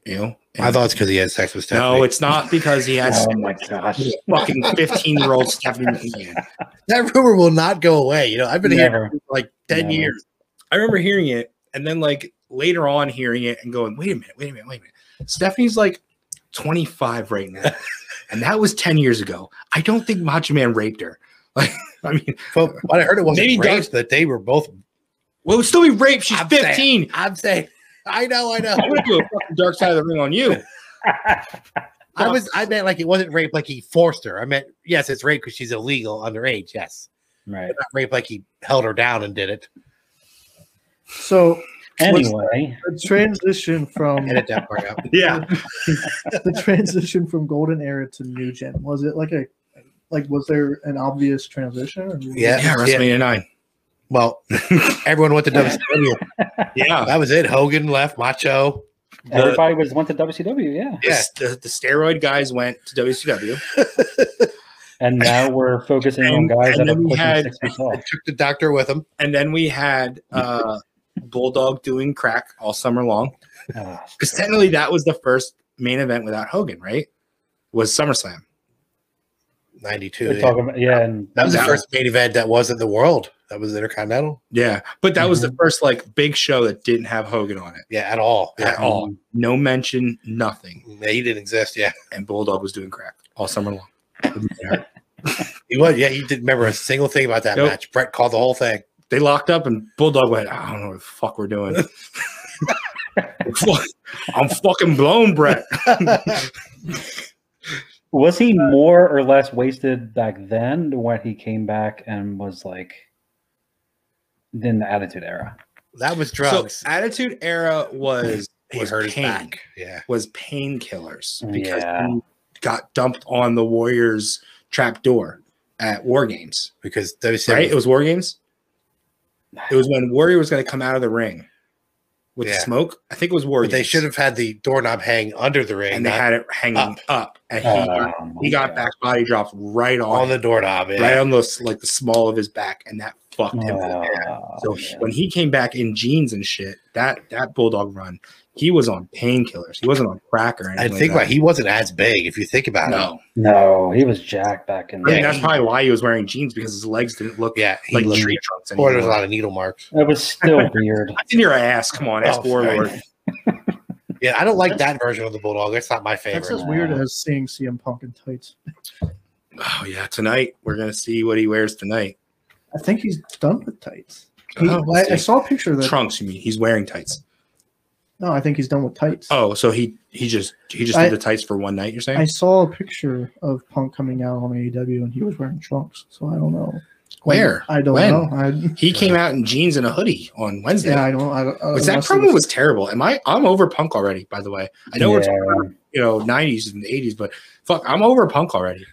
You know, I And- thought Um, it's because he had sex with Stephanie. no, it's not because he has Oh my gosh, fucking 15 year old Stephanie McMahon. that rumor will not go away. You know, I've been here never. for like ten Never. years. I remember hearing it and then like later on hearing it and going, wait a minute, wait a minute, wait a minute. Stephanie's like 25 right now. And that was 10 years ago. I don't think Macho Man raped her. Like, I mean, But what I heard it wasn't Maybe rape, that they were both. well, it would still be rape. She's I'm saying- 15. I'm saying, I know, I know. I'm gonna do a fucking dark side of the ring on you. I was I meant like it wasn't rape like he forced her. I meant yes, it's rape because she's illegal underage. Yes, right. But not rape like he held her down and did it. So Anyway, the transition from Edit that part out. Yeah. the transition from golden era to new gen was it like a like was there an obvious transition? Or- Yeah. Yeah, WrestleMania 9. Well, everyone went to WCW. Yeah. That was it. Hogan left. Macho. The, everybody was went to WCW, yeah, Yeah. the, the steroid guys went to WCW. and now we're focusing on And- guys and that are then we pushing had- six feet tall. Took the doctor with him. And then we had uh, Bulldog doing crack all summer long. Ah, Because technically, that was the first main event without Hogan, right? Was SummerSlam. Ninety two. We're Yeah. talking about yeah, and That was the Yeah. first main event that wasn't the world. That was Intercontinental. Yeah, but that was the Mm-hmm. first like big show that didn't have Hogan on it Yeah, at all. at all. Mm-hmm. No mention, nothing. Yeah, he didn't exist. Yeah, And Bulldog was doing crack all summer long. he was. Yeah, he didn't remember a single thing about that Nope. match. Brett called the whole thing. They locked up, and Bulldog went, "I don't know what the fuck we're doing." Fuck, I'm fucking blown, Brett. Was he more or less wasted back then when he came back and was like than the Attitude Era. That was drugs. So uh, Attitude Era was he was hurt his pain. back. Mm, Yeah. was painkillers because Yeah. he got dumped on the Warriors trap door at War Games. Because WCW Right? It was War Games. It was when Warrior was going to come out of the ring with Yeah. the smoke. I think it was War but they Games. should have had the doorknob hang under the ring. and they not had it hanging up, up. Oh, and he, Um, he got yeah. back body dropped right on, on the doorknob. Yeah. right on the like the small of his back, and that fucked him. Oh, up. Uh, So yeah. when he came back in jeans and shit, that that bulldog run, he was on painkillers. He wasn't on crack or I anything. think like like he wasn't as big if you think that. about it. no. no, he was jacked back in I think the that's probably why he was wearing jeans because his legs didn't look Yeah, he like looked- tree trunks or anymore. there's a lot of needle marks. It was still weird. It's in your ass. Come on, ask Oh, Warlord. sorry. Yeah, I don't like that version of the bulldog. That's not my favorite. That's as weird as seeing CM Punk in tights. Oh yeah, tonight we're gonna see what he wears tonight. I think he's done with tights. He- Oh, I, let's I see. saw a picture of that. Trunks, you mean? He's wearing tights. No, I think he's done with tights. Oh, so he he just he just I- did the tights for one night. You're saying? I saw a picture of Punk coming out on AEW and he was wearing trunks. So I don't know. Where? I don't When? know. I, He came out in jeans and a hoodie on Wednesday. yeah, I don't. I, don't- Which that unless it promo was- was terrible. Am I? I'm over punk already. By the way, I know we're Yeah. talking about you know 90s and 80s, but fuck, I'm over punk already.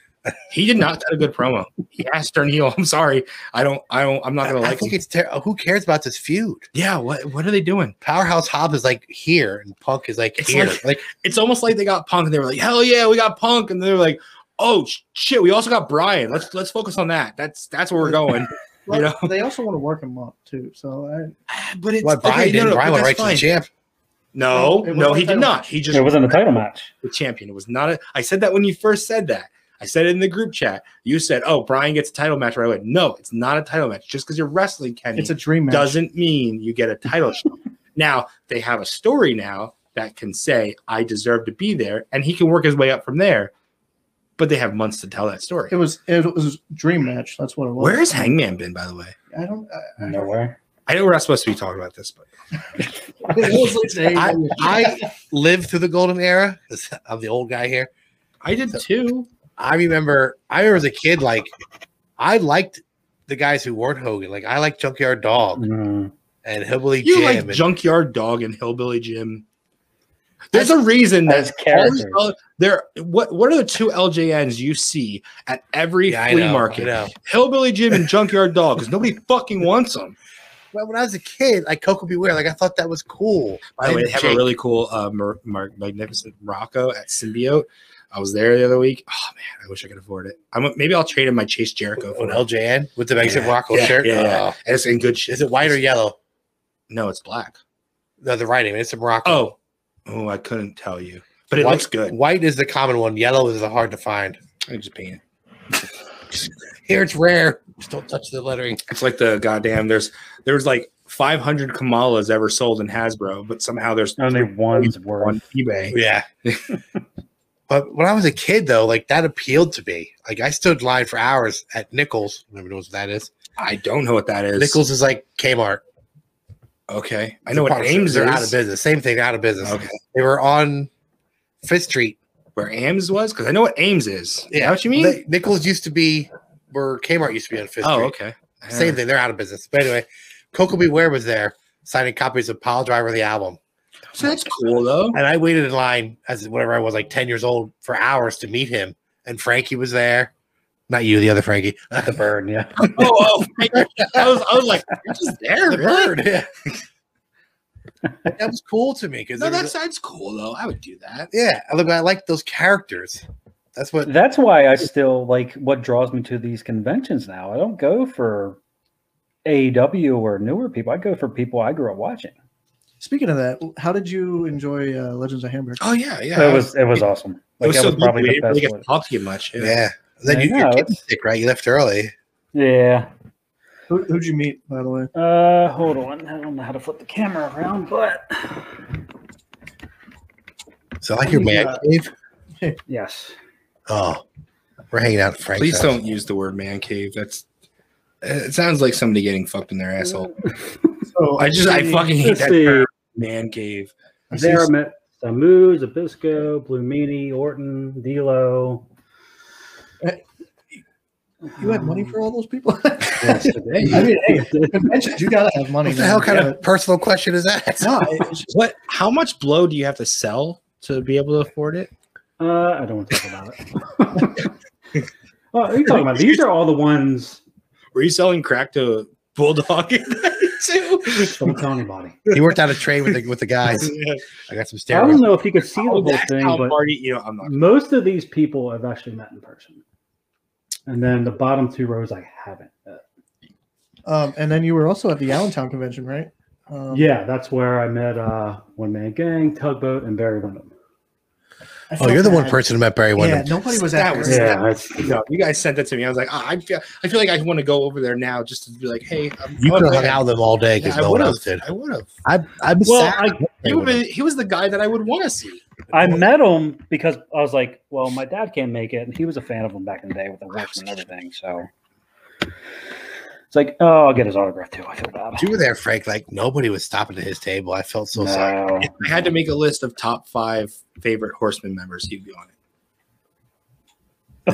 He did not cut a good promo. He has to turn heel. I'm sorry. I don't. I don't. I'm not I, gonna I like think him. it's ter- who cares about this feud? Yeah. What What are they doing? Powerhouse Hobbs is like here, and Punk is like It's here. like- Like, It's almost like they got punk and they were like, hell yeah, we got punk, and they're like, oh sh- shit, we also got Brian. Let's let's focus on that. That's that's where we're going. Well, you know? They also want to work him up too. So I, But it's what Brian okay, did? no, no, Brian but went that's right to the fine. champ. No, It wasn't a no, he did title not. He just It wasn't a title match. the champion. It was not a. I said that when you first said that. I said it in the group chat. You said, "Oh, Brian gets a title match right away." No, it's not a title match. Just because you're wrestling, Kenny, it's a dream match. doesn't mean you get a title shot. Now they have a story now that can say, "I deserve to be there," and he can work his way up from there. But they have months to tell that story. It was it was a dream match. That's what it was. Where has Hangman been, by the way? I don't. uh, I, I, Nowhere. I know we're not supposed to be talking about this, but I, I lived through the golden era. 'cause I'm the old guy here. I did too. I remember. I remember as a kid, like I liked the guys who weren't Hogan. Like I liked Junkyard Dog Mm. and Hillbilly You Jim. like and- Junkyard Dog and Hillbilly Jim. There's a reason that As characters. All these- there, what what are the two LJNs you see at every Yeah, I flea know, I market? know. Hillbilly Jim and Junkyard Dog, because nobody fucking wants them. But when I was a kid, like Coco Beware, like I thought that was cool. By the way, And they have a Jake- really cool uh, Mar- Mar- magnificent Morocco at Symbiote. I was there the other week. Oh man, I wish I could afford it. I'm maybe I'll trade in my Chase Jericho on for it. LJN with the Mexican Yeah, Morocco yeah, shirt. yeah, yeah. Oh. And It's in good shit. Is it white or yellow? No, it's black. No, the writing. It's a Morocco. Oh, oh, I couldn't tell you, but it white, looks good. White is the common one. Yellow is the hard to find. I just paint it. Here it's rare. Just don't touch the lettering. It's like the goddamn. There's there's like 500 Kamalas ever sold in Hasbro, but somehow there's Only one's on worth. eBay. Yeah. but when I was a kid, though, like that appealed to me. Like I stood in line for hours at Nichols. Nobody knows what that is. I don't know what that is. Nichols is like Kmart. Okay. I It's know a what partnership. Ames They're is. out of business. Same thing. Out of business. Okay. They were on Fifth Street. Where Ames was? Because I know what Ames is. Yeah. what you mean? They- Nichols used to be where Kmart used to be on Fifth oh, Street. okay. Same thing. They're out of business. But anyway, Coco Beware was there signing copies of Pile Driver the album. So that's cool though. And I waited in line as whatever I was, like 10 years old, for hours to meet him. And Frankie was there. Not you, the other Frankie. The burn, yeah. oh, oh, I was, I was like, you're just there, the really? bird. Yeah. Like, that was cool to me because No, that's that's cool though. I would do that. yeah. I look, I like those characters. That's what That's why I still like what draws me to these conventions now. I don't go for AEW or newer people. I go for people I grew up watching. Speaking of that, how did you enjoy uh, Legends of Hamburg? Oh yeah, yeah. it was it was awesome. It Like was that so was probably good. We the didn't really best get one. to talk to you much. yeah. Then I you, know, you're getting it's- sick, right? You left early. Yeah. Who, who'd you meet, by the way? Uh, hold on. I don't know how to flip the camera around, but So I like your Yeah. man cave. yes. Oh. We're hanging out at Frank's. Please house. don't use the word man cave. That's it sounds like somebody getting fucked in their asshole. So I just I see- fucking hate Let's that see. term, man cave. I see There I met Samu, Zabisco, Blumini, Orton, D'Lo. You had money for all those people? Yes, I mean, hey, conventions, you gotta have money. What the man. hell kind You of personal question is that? No, it's just- what? How much blow do you have to sell to be able to afford it? Uh, I don't want to talk about it. well, are you talking about? These are all the ones. Were you selling crack to Bulldog too? Don't tell anybody. You worked out a trade with the, with the guys. Yeah. I got some I don't steroids. know if you could see the Oh, whole that's thing, how but party. You know, I'm not. most of these people I've actually met in person, and then the bottom two rows I haven't. Met. know, Um, and then you were also at the Allentown convention, right? Um, Yeah, that's where I met uh, One Man Gang, Tugboat, and Barry Windham. I Oh, felt you're the one bad. person who met Barry Yeah, Windham. nobody was That at was- Barry. Yeah, that's, No, you guys sent that to me. I was like, ah, I feel, I feel like I want to go over there now just to be like, hey, I'm, You I'm could have hung there. out with them all day because Yeah, I no one would've. else did. I would have. I, I'm well, sad. I, He, would've been- he was the guy that I would want to see. I met him because I was like, well, my dad can't make it, and he was a fan of him back in the day with the horse and everything. So it's like, oh, I'll get his autograph too. I feel bad. you were there, Frank. Like nobody was stopping at his table. I felt so sorry. No. I had to make a list of top five favorite Horseman members. He'd be on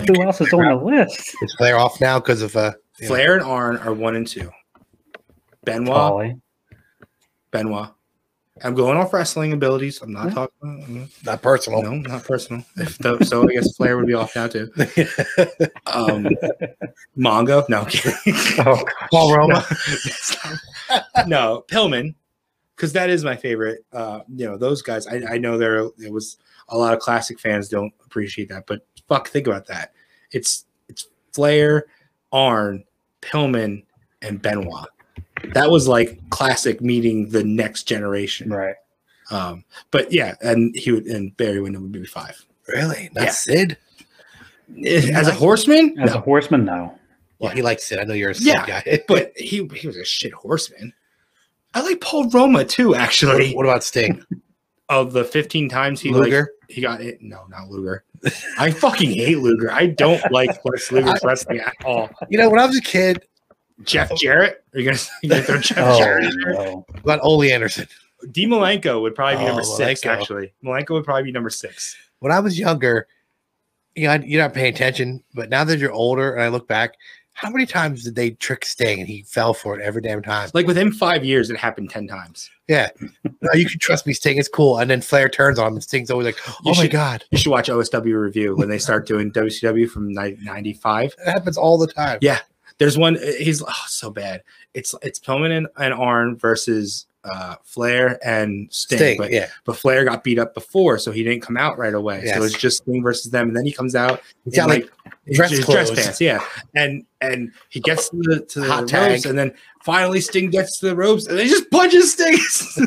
it. Who else is on the list? Is Flair off now because of uh, Yeah. Flair and Arn are one and two. Benoit, Polly. Benoit. I'm going off wrestling abilities. I'm not talking. mm, not personal? No, not personal. If the, so, I guess Flair would be off now too. Um, Mongo, no, I'm kidding. Oh, Paul Roma. no, Pillman, because that is my favorite. Uh, you know, those guys. I, I know there it was a lot of classic fans don't appreciate that, but fuck, think about that. It's it's Flair, Arn, Pillman, and Benoit. That was like classic meeting the next generation. right. Um, but yeah, and he would and Barry Windham would be five. Really? Not Yeah. Sid? As a horseman, As a no, horseman, no. Well, he likes Sid. I know you're a Sid Yeah. guy. but he he was a shit horseman. I like Paul Roma too, actually. what about Sting? Of the fifteen times he like, Luger? he got it. No, not Luger. I fucking hate Luger. I don't like Lex Luger's wrestling at all. you know, when I was a kid, Jeff Jarrett? Are you gonna, you gonna throw Jeff Oh. Jarrett in there? Oh, no. what about Ole Anderson. D Malenko would probably be Oh, number six, Malenko. actually. Malenko would probably be number six. When I was younger, you know, you're not paying attention. But now that you're older, and I look back, how many times did they trick Sting and he fell for it every damn time? Like within five years, it happened ten times. Yeah, no, Oh, you can trust me, Sting. It's cool. And then Flair turns on him, and Sting's always like, "Oh You my should- god, You should watch OSW review when they start doing WCW from ninety five. it happens all the time." Yeah. There's one. He's oh, so bad. It's it's Pillman and, and Arn versus uh, Flair and Sting. Sting, but, yeah, but Flair got beat up before, so he didn't come out right away. So Yes. it's just Sting versus them, and then he comes out. he's in, got like his- dress his clothes. pants, yeah. And and he gets to the, to the Hot ropes, tag. and then finally Sting gets to the ropes, and then he just punches Sting.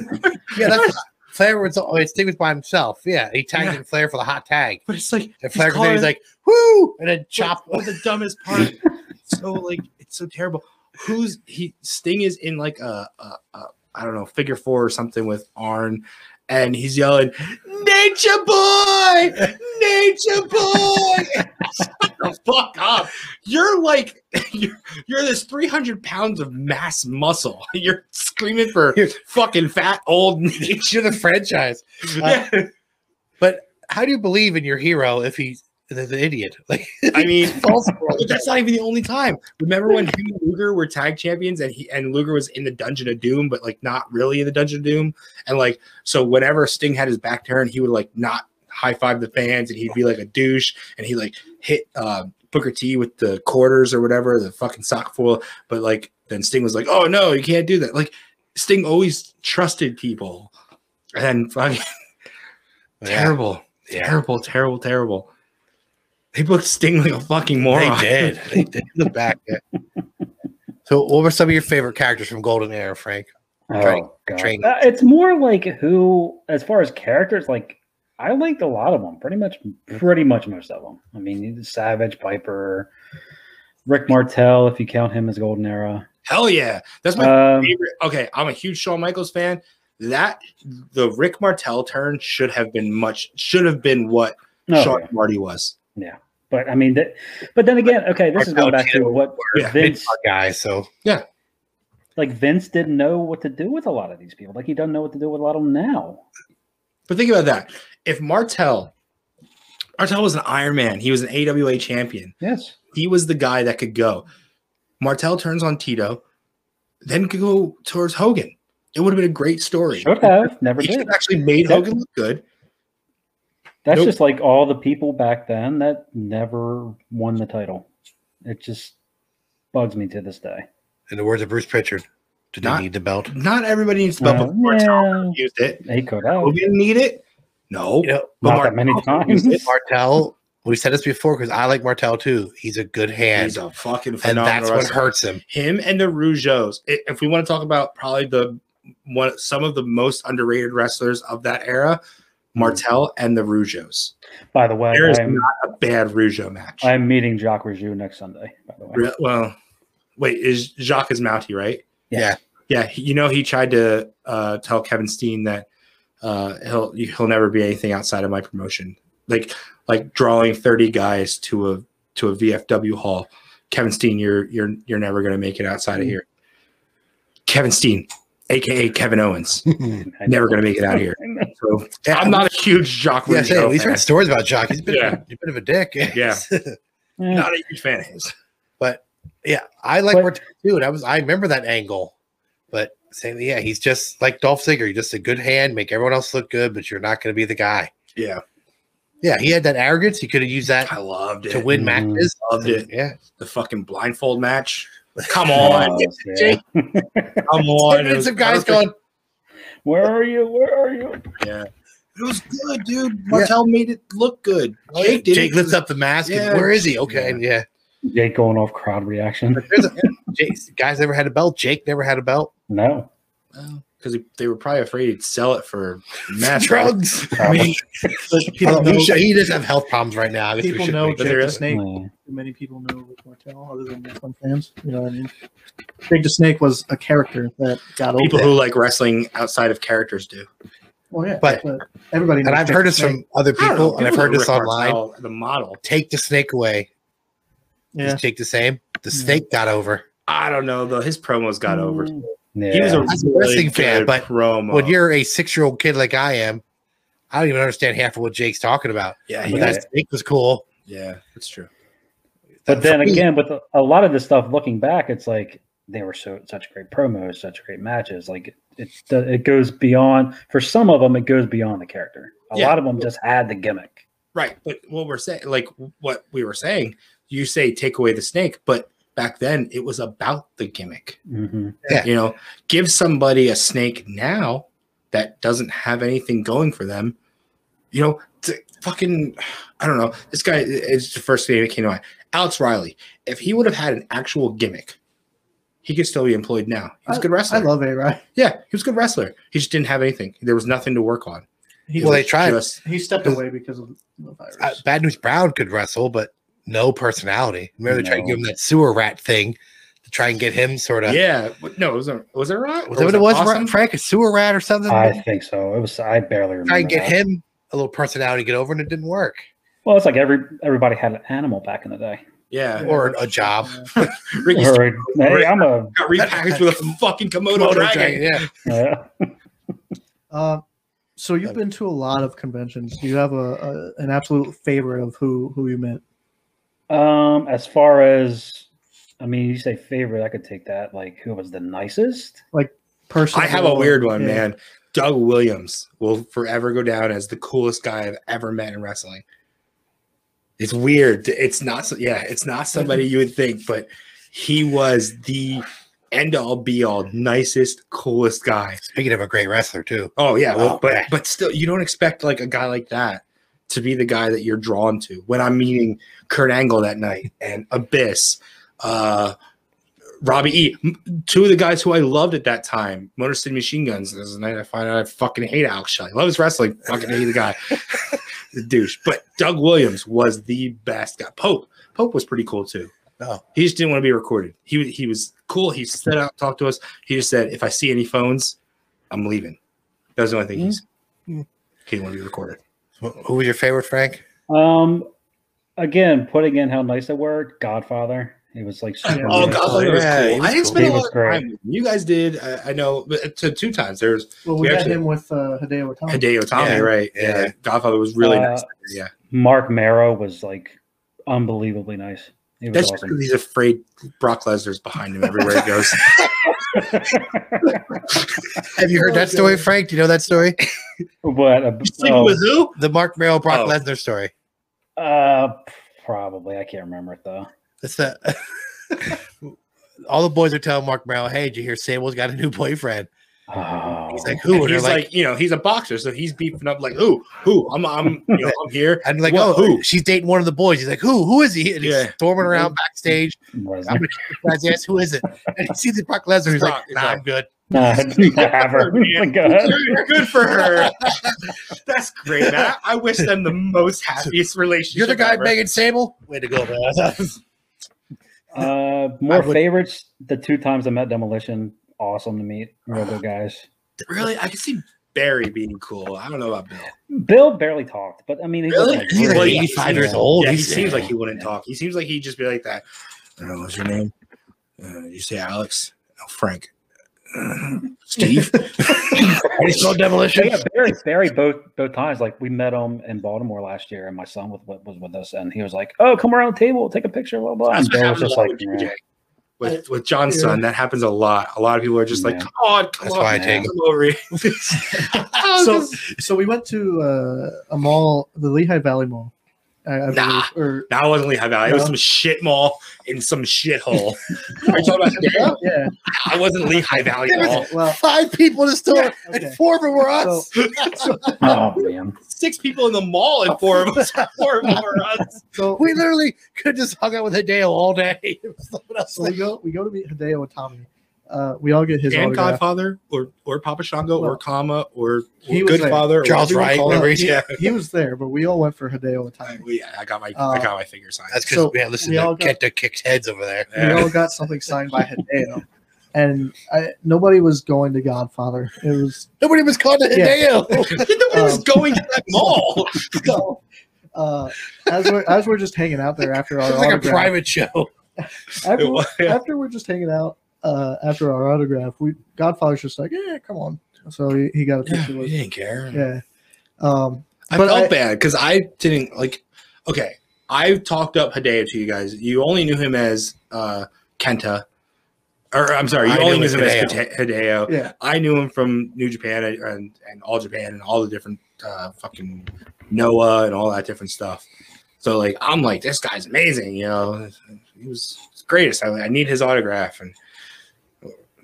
yeah. That's, Flair was always Sting was by himself. Yeah, he tagged Yeah. in Flair for the hot tag. but it's like And Flair he's comes in, he's calling- like, "Woo!" and then chop. What the dumbest part? so like it's so terrible. Who's he? Sting is in like a, a, a I don't know figure four or something with Arn, and he's yelling, "Nature boy, nature boy." Shut the fuck up! You're like you're, you're this three hundred pounds of mass muscle. You're screaming for You're- fucking fat old nature. You're the franchise. Uh, But how do you believe in your hero if he's an idiot? Like, I mean, false But that's not even the only time. Remember when him and Luger were tag champions and he and Luger was in the Dungeon of Doom, but like not really in the Dungeon of Doom. And like so whenever Sting had his back turn, he would like not high five the fans and he'd be like a douche and he like hit uh Booker T with the quarters or whatever, the fucking sock foil. But like then Sting was like, Oh no, you can't do that. Like Sting always trusted people. And fucking Yeah. terrible, Yeah. terrible, terrible, terrible. They booked Sting like a fucking moron. They did. They did the back. yeah. So, what were some of your favorite characters from Golden Era, Frank? Train- Oh, God. train. Uh, it's more like who, as far as characters, like I liked a lot of them. Pretty much, pretty much most of them. I mean, Savage, Piper, Rick Martel, if you count him as Golden Era. Hell yeah. That's my Um, favorite. Okay, I'm a huge Shawn Michaels fan. That the Rick Martel turn should have been much should have been what no, Shawn Marty was. but I mean that. But then again, okay, this is going back to what Yeah, Vince Our guy. So, like Vince didn't know what to do with a lot of these people. Like he doesn't know what to do with a lot of them now. But think about that. If Martel Martel was an Iron Man, he was an AWA champion. Yes. He was the guy that could go. Martel turns on Tito, then could go towards Hogan. It would have been a great story. Should have never He should did. have actually made That- Hogan look good. That's Nope. just like all the people back then that never won the title. It just bugs me to this day. In the words of Bruce Pritchard, did Not- they need the belt? Not everybody needs the belt Well, before Uh, yeah. Tom used it. They could out. Hogan need it? No. You know, Not Mark- that many times. He's Martel, we said this before because I like Martel too. He's a good hand. He's a fucking and phenomenal that's what wrestler. hurts him. him and the Rougeos. i- If we want to talk about probably the one, some of the most underrated wrestlers of that era, Martel and the Rougeos. By the way, There is Hmm. I'm, not a bad Rougeau match. I'm meeting Jacques Raju next Sunday. By the way, Re- well, wait, is Jacques is Mountie right? Yeah. yeah. he- You know, he tried to uh, tell Kevin Steen that uh, he'll he'll never be anything outside of my promotion. Like like drawing thirty guys to a to a VFW hall. Kevin Steen, you're you're you're never going to make it outside Mm. of here. Kevin Steen, aka Kevin Owens, I never know. going to make it out of here. I know. So I'm not a huge Jacques Yeah, Rougeau same. We've fan. heard stories about Jock. He's a bit, Yeah. of, a, a bit of a dick. Yeah. Eh, Not a huge fan of his. yeah. I like But- Martel too. And I was I remember that angle. But same, yeah, he's just like Dolph Ziggler. You're just a good hand, make everyone else look good, but you're not going to be the guy. Yeah, Yeah, he had that arrogance. He could have used that I loved it. to win Mhm. matches. Loved it. Yeah, the fucking blindfold match. Come oh, on, yeah. Jake. come on. Ten It was minutes of guys perfect. going. Where are you? Where are you? Yeah. It was good, dude. Martel made it look good. "Oh, Jake yeah." did. Jake it. lifts up the mask. and, Yeah. Where is he? Okay, Yeah. yeah. Jake going off crowd reaction. There's a, Jake, guys never had a belt. Jake never had a belt. No, because they were probably afraid he'd sell it for mass Drugs. I mean, but people Oh, know, he, should- he doesn't have health problems right now. I guess we People should know make but Jake sure. there the is- Snake. Eh. Too many people know Rick Martel other than wrestling fans. You know what I mean? Jake the Snake was a character that got people over. who like wrestling outside of characters do. Well, yeah, But- everybody. And knows I've Jake heard the this Snake. from other I people, don't know, and I've heard that this Rick online. Martel, the model. Take the snake away. Yeah, Is Jake the same? The Yeah. snake got over. I don't know though. His promos got over. Yeah. He was Mm. a As a really wrestling fan, good but promo. When you're a six year old kid like I am, I don't even understand half of what Jake's talking about. yeah, But he- Yeah. that snake was cool. yeah, that's true. but For then me, again, with a, a lot of this stuff, looking back, it's like they were so such great promos, such great matches. Like it, it, do- it goes beyond. For some of them, it goes beyond the character. A Yeah. lot of them just had the gimmick. Right, but what we're saying, like what we were saying, you say take away the snake, but back then it was about the gimmick. Mm-hmm. Yeah. You know, give somebody a snake now that doesn't have anything going for them. You know, t- fucking, I don't know. This guy is the first thing that came to mind. Alex Riley, if he would have had an actual gimmick, he could still be employed now. He's a good wrestler. I love A Rod. yeah, he was a good wrestler. He just didn't have anything. There was nothing to work on. He, Well, was they tried. just- he stepped away because of the virus. uh, Bad News Brown could wrestle, but no personality. Remember, they tried to No. give him that sewer rat thing to try and get him sort of. yeah. but No, it was a, was it right? Was that what it was? Awesome? Frank, a sewer rat or something? I think so. It was. I barely remember. try and get that. him a little personality to get over, and it didn't work. Well, it's like every everybody had an animal back in the day. Yeah. or a job. Ricky Or, hey, I'm a. got repackaged with a fucking Komodo, dragon. yeah. yeah. Uh, so you've been to a lot of conventions. Do you have a, a an absolute favorite of who who you met? Um, as far as I mean, you say favorite, I could take that. Like, who was the nicest? Personally, I have a weird one, Yeah. man. Doug Williams will forever go down as the coolest guy I've ever met in wrestling. It's weird. It's not so, yeah, it's not somebody you would think, but he was the end all be all nicest, coolest guy. Speaking of a great wrestler too, Oh yeah, well, Oh, but yeah. but still, you don't expect like a guy like that to be the guy that you're drawn to. When I'm meeting Kurt Angle that night and Abyss, uh, Robbie E, m- two of the guys who I loved at that time, Motor City Machine Guns. This is the night I find out I fucking hate Alex Shelley. Love his wrestling, fucking hate the guy, the douche. But Doug Williams was the best guy. Pope Pope was pretty cool too. Oh. He just didn't want to be recorded. He wa- he was cool. He set out, talked to us. He just said, "If I see any phones, I'm leaving." That was the only thing he's. Mm. He didn't want to be recorded. Wh- who was your favorite, Frank? Um, again, putting in how nice they were, Godfather. He was like super. Oh, nice. Godfather. that was yeah, he cool. was I didn't cool. spend He a lot was of great. time. with him. You guys did. I, I know but to two times. There was Well, we We met actually- him with uh, Hideo Itami. Hideo Tommy, Yeah. Oh, right? Yeah. Yeah. Godfather was really Uh, nice. Yeah. Mark Marrow was like unbelievably nice. It was That's just awesome. because he's afraid Brock Lesnar's behind him everywhere he goes. Have you heard that story, Frank? Do you know that story? What? a- He's sleeping with who? The Mark Merrill Brock Oh. Lesnar story. oh, uh, probably. I can't remember it though. That's the all the boys are telling Mark Merrill, "Hey, did you hear Sable's got a new boyfriend?" Oh, He's like, "Who?" And And they're he's like, like, you know, he's a boxer, so he's beefing up like, who, who? I'm, I'm, you know, I'm here. "I'm like, "Well, oh, who?" she's dating one of the boys." He's like, "Who? Who is he?" And he's Yeah. storming around backstage. what is I'm it? gonna kick this guy's ass. Who is it? And he sees Brock Lesnar. He's Brock, like, "Nah, I'm good." Nah, have her. Man. Go ahead. Good good for her. That's great, man. I wish them the most happiest relationship. You're the guy ever. Megan Sable. Way to go, man. Uh, more would- favorites. The two times I met Demolition, awesome to meet. Real good guys. Really, I can see Barry being cool. I don't know about Bill. Bill barely talked, but I mean, he Really? wasn't, He's like Well, really- yeah, 85 he's- years old. Yeah, he He's- seems like he wouldn't talk. He seems like he'd just be like that. Uh, what's your name? Uh, you say Alex? No, Frank. Uh, Steve. Any small But demolition? yeah, Barry, Barry, both both times. Like we met him in Baltimore last year, and my son was, was with us, and he was like, "Oh, come around the table, take a picture, blah blah." That's And what Bill was happens a just lot like, with "Yeah." JJ. With, with John's son, that happens a lot. A lot of people are just like, Yeah. "Come on, come That's on, why I take come over." here." so, so we went to uh, a mall, the Lehigh Valley Mall. I, I believe, Nah. or That wasn't Lehigh Valley. It was No. some shit mall in some shithole. Are you talking about Sarah? yeah, I wasn't Lehigh Valley There at was- all. well, Five people in the store, Yeah, okay. and four of them were us. "Oh man, Six people in the mall, and four of us, four of them were us. so we literally could just hung out with Hideo all day. It was something else. So we go we go to meet Hideo and Tommy. Uh, we all get his and autograph. Godfather, or or Papa Shango, or Well, Kama, or, or he was Good there. Father, Charles Wright, Well, whatever yeah, he's- yeah. He was there, but we all went for Hideo and Tommy. I got my Uh, I got my finger signed. That's because So, we had listened we all to got- Kenta kicked heads over there. We all got something signed by Hideo, and I, nobody was going to Godfather. It was Nobody was called to Yeah. Hideo. Nobody was Um, going to that mall. so. Uh, as we're as we're just hanging out there after it our was like a autograph, private show. after, It was, yeah. after we're just hanging out uh, after our autograph, we Godfather's just like, yeah, come on. So he, he got a Yeah, picture he with didn't care. yeah. Um, I But felt I- bad because I didn't like. Okay, I've talked up Hideo to you guys. You only knew him as uh, Kenta, or I'm sorry, you I only knew knew him him as as Kate- Hideo. yeah, I knew him from New Japan and, and All Japan and all the different uh, fucking Noah and all that different stuff. So like, I'm like, this guy's amazing. You know, he was the greatest. I, I need his autograph and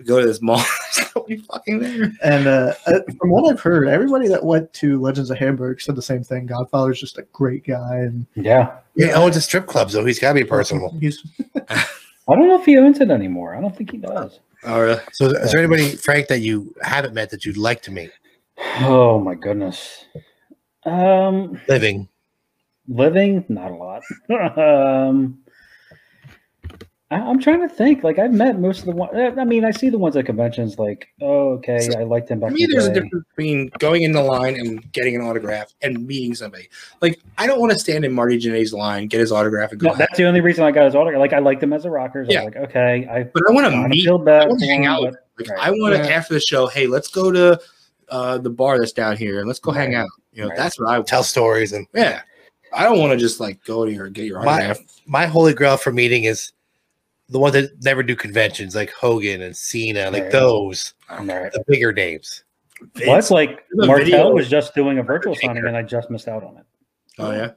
go to this mall. There's nobody fucking there. and uh, uh, from what I've heard, everybody that went to Legends of Hamburg said the same thing. Godfather's just a great guy, and yeah." He owns a strip club, so he's got to be personal. He's I don't know if he owns it anymore. I don't think he does. Oh, really? So, is there anybody, Frank, that you haven't met that you'd like to meet Oh my goodness. Um, living? living not a lot. um, I, I'm trying to think. Like I've met most of the one. I mean, I see the ones at conventions. Like, oh, okay, So, I liked him back. To in me, the there's a day. difference between going in the line and getting an autograph and meeting somebody. Like, I don't want to stand in Marty Jannetty's line, get his autograph, and go. No, out. that's the only reason I got his autograph. Like I liked him as a rocker. So I was like, okay, I but I want to kind of meet. feel I bad. want to for hang him, out. but- With, like, right. I want to Yeah. after the show. Hey, let's go to uh, the bar that's down here and let's go hang Right. out. You know, Right. that's what I Tell stories. And Yeah, I don't want to just like go to your get your My- autograph. my holy grail for meeting is the ones that never do conventions, like Hogan and Cena, like Right. those, Right. the bigger names. Well, that's like the Martel video- was just doing a virtual Undertaker. signing, and I just missed out on it. Oh yeah.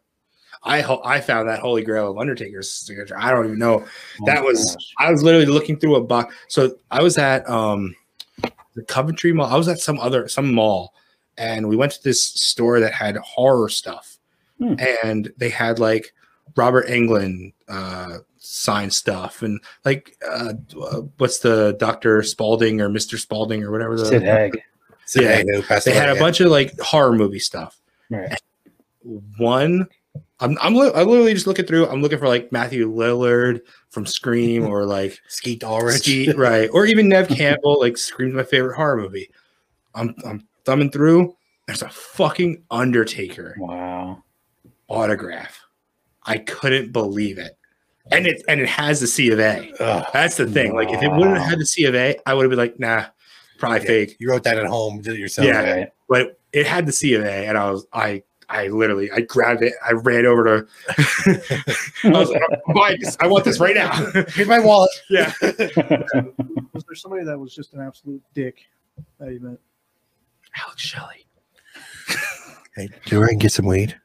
I ho- I found that holy grail of Undertaker's signature. I don't even know Oh, That my was- gosh. I was literally looking through a box. So I was at um the Coventry Mall. I was at some other some mall, and we went to this store that had horror stuff, Hmm. and they had like Robert Englund uh, signed stuff, and like uh, uh, what's the Doctor Spalding or Mister Spalding or whatever the Sid Haig. So, Yeah. hey, no, pass they it had a on. bunch of like horror movie stuff. Right. One, I'm I'm, li- I'm literally just looking through. I'm looking for like Matthew Lillard from Scream or like Skeet Ulrich. Skeet, right? Or even Nev Campbell, like screams my favorite horror movie. I'm I'm thumbing through. There's a fucking Undertaker Wow. autograph. I couldn't believe it, and it and it has the C of A. Ugh. That's the thing. Like if it wouldn't have had the C of A, I would have been like, nah, probably Yeah, fake. You wrote that at home, did it yourself. Yeah. Right. But it had the C of A, and I was I I literally, I grabbed it. I ran over to. I was like, "I'm buying this. I want this right now. Here's my wallet. yeah. Was there somebody that was just an absolute dick that you met? Alex Shelley. Hey, do I get some weed?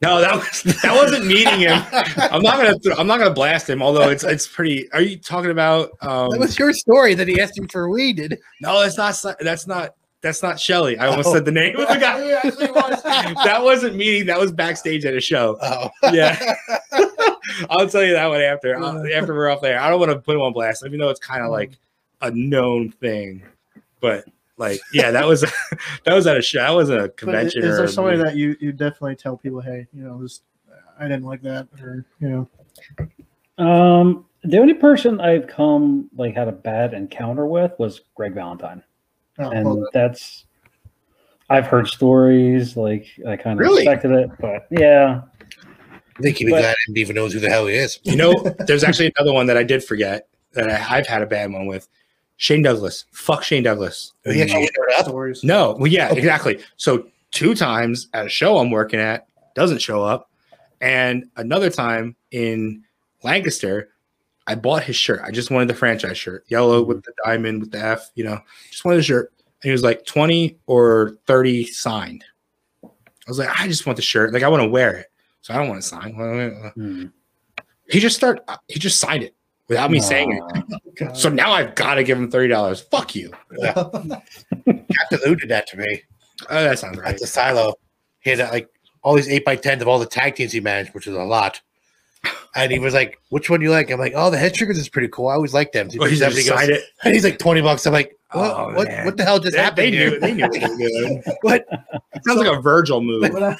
No, that was that wasn't meeting him. that I'm not gonna th- I'm not gonna blast him. Although it's it's pretty. Are you talking about? Um, was your story that he asked him for weed. Did no, that's not that's not that's not Shelley. I almost Oh. said the name of the guy who actually was. that wasn't meeting. That was backstage at a show. oh, Yeah, I'll tell you that one after I'll- after we're off there. I don't want to put him on blast, even though it's Mm. kind of like a known thing. But like, yeah, that was that was at a show. That was a But i- convention. is or there a somebody meeting. that you you definitely tell people, hey, you know, this I didn't like that, or you know, Um, the only person I've come like had a bad encounter with was Greg Valentine, oh, and well, that's I've heard stories like I kind of Really? expected it, but yeah, I think he'd be But- glad I didn't even know who the hell he is. You know, there's actually another one that I did forget that I, I've had a bad one with. Shane Douglas. Fuck Shane Douglas. He actually showed up. stories. No, well, yeah, exactly. So two times at a show I'm working at doesn't show up, and another time in Lancaster, I bought his shirt. I just wanted the franchise shirt, yellow with the diamond with the F. You know, just wanted a shirt, and he was like twenty or thirty signed. I was like, I just want the shirt. Like I want to wear it, so I don't want to sign. Hmm. He just start. He just signed it without me saying it. Nah. God. So now I've got to give him thirty dollars. Fuck you. Captain Lou did that to me Oh, that sounds right. at the silo. He had like all these eight by tens of all the tag teams he managed, which is a lot. And he was like, "Which one do you like?" I'm like, "Oh, the head triggers is pretty cool. I always like them." He Well, he picks it up just and he goes- signed it. and he's like, 20 bucks. I'm like, "What? Oh, what? man. What the hell just They- happened?" they knew. here? They knew what they were doing. What? It sounds like a Virgil move. When I-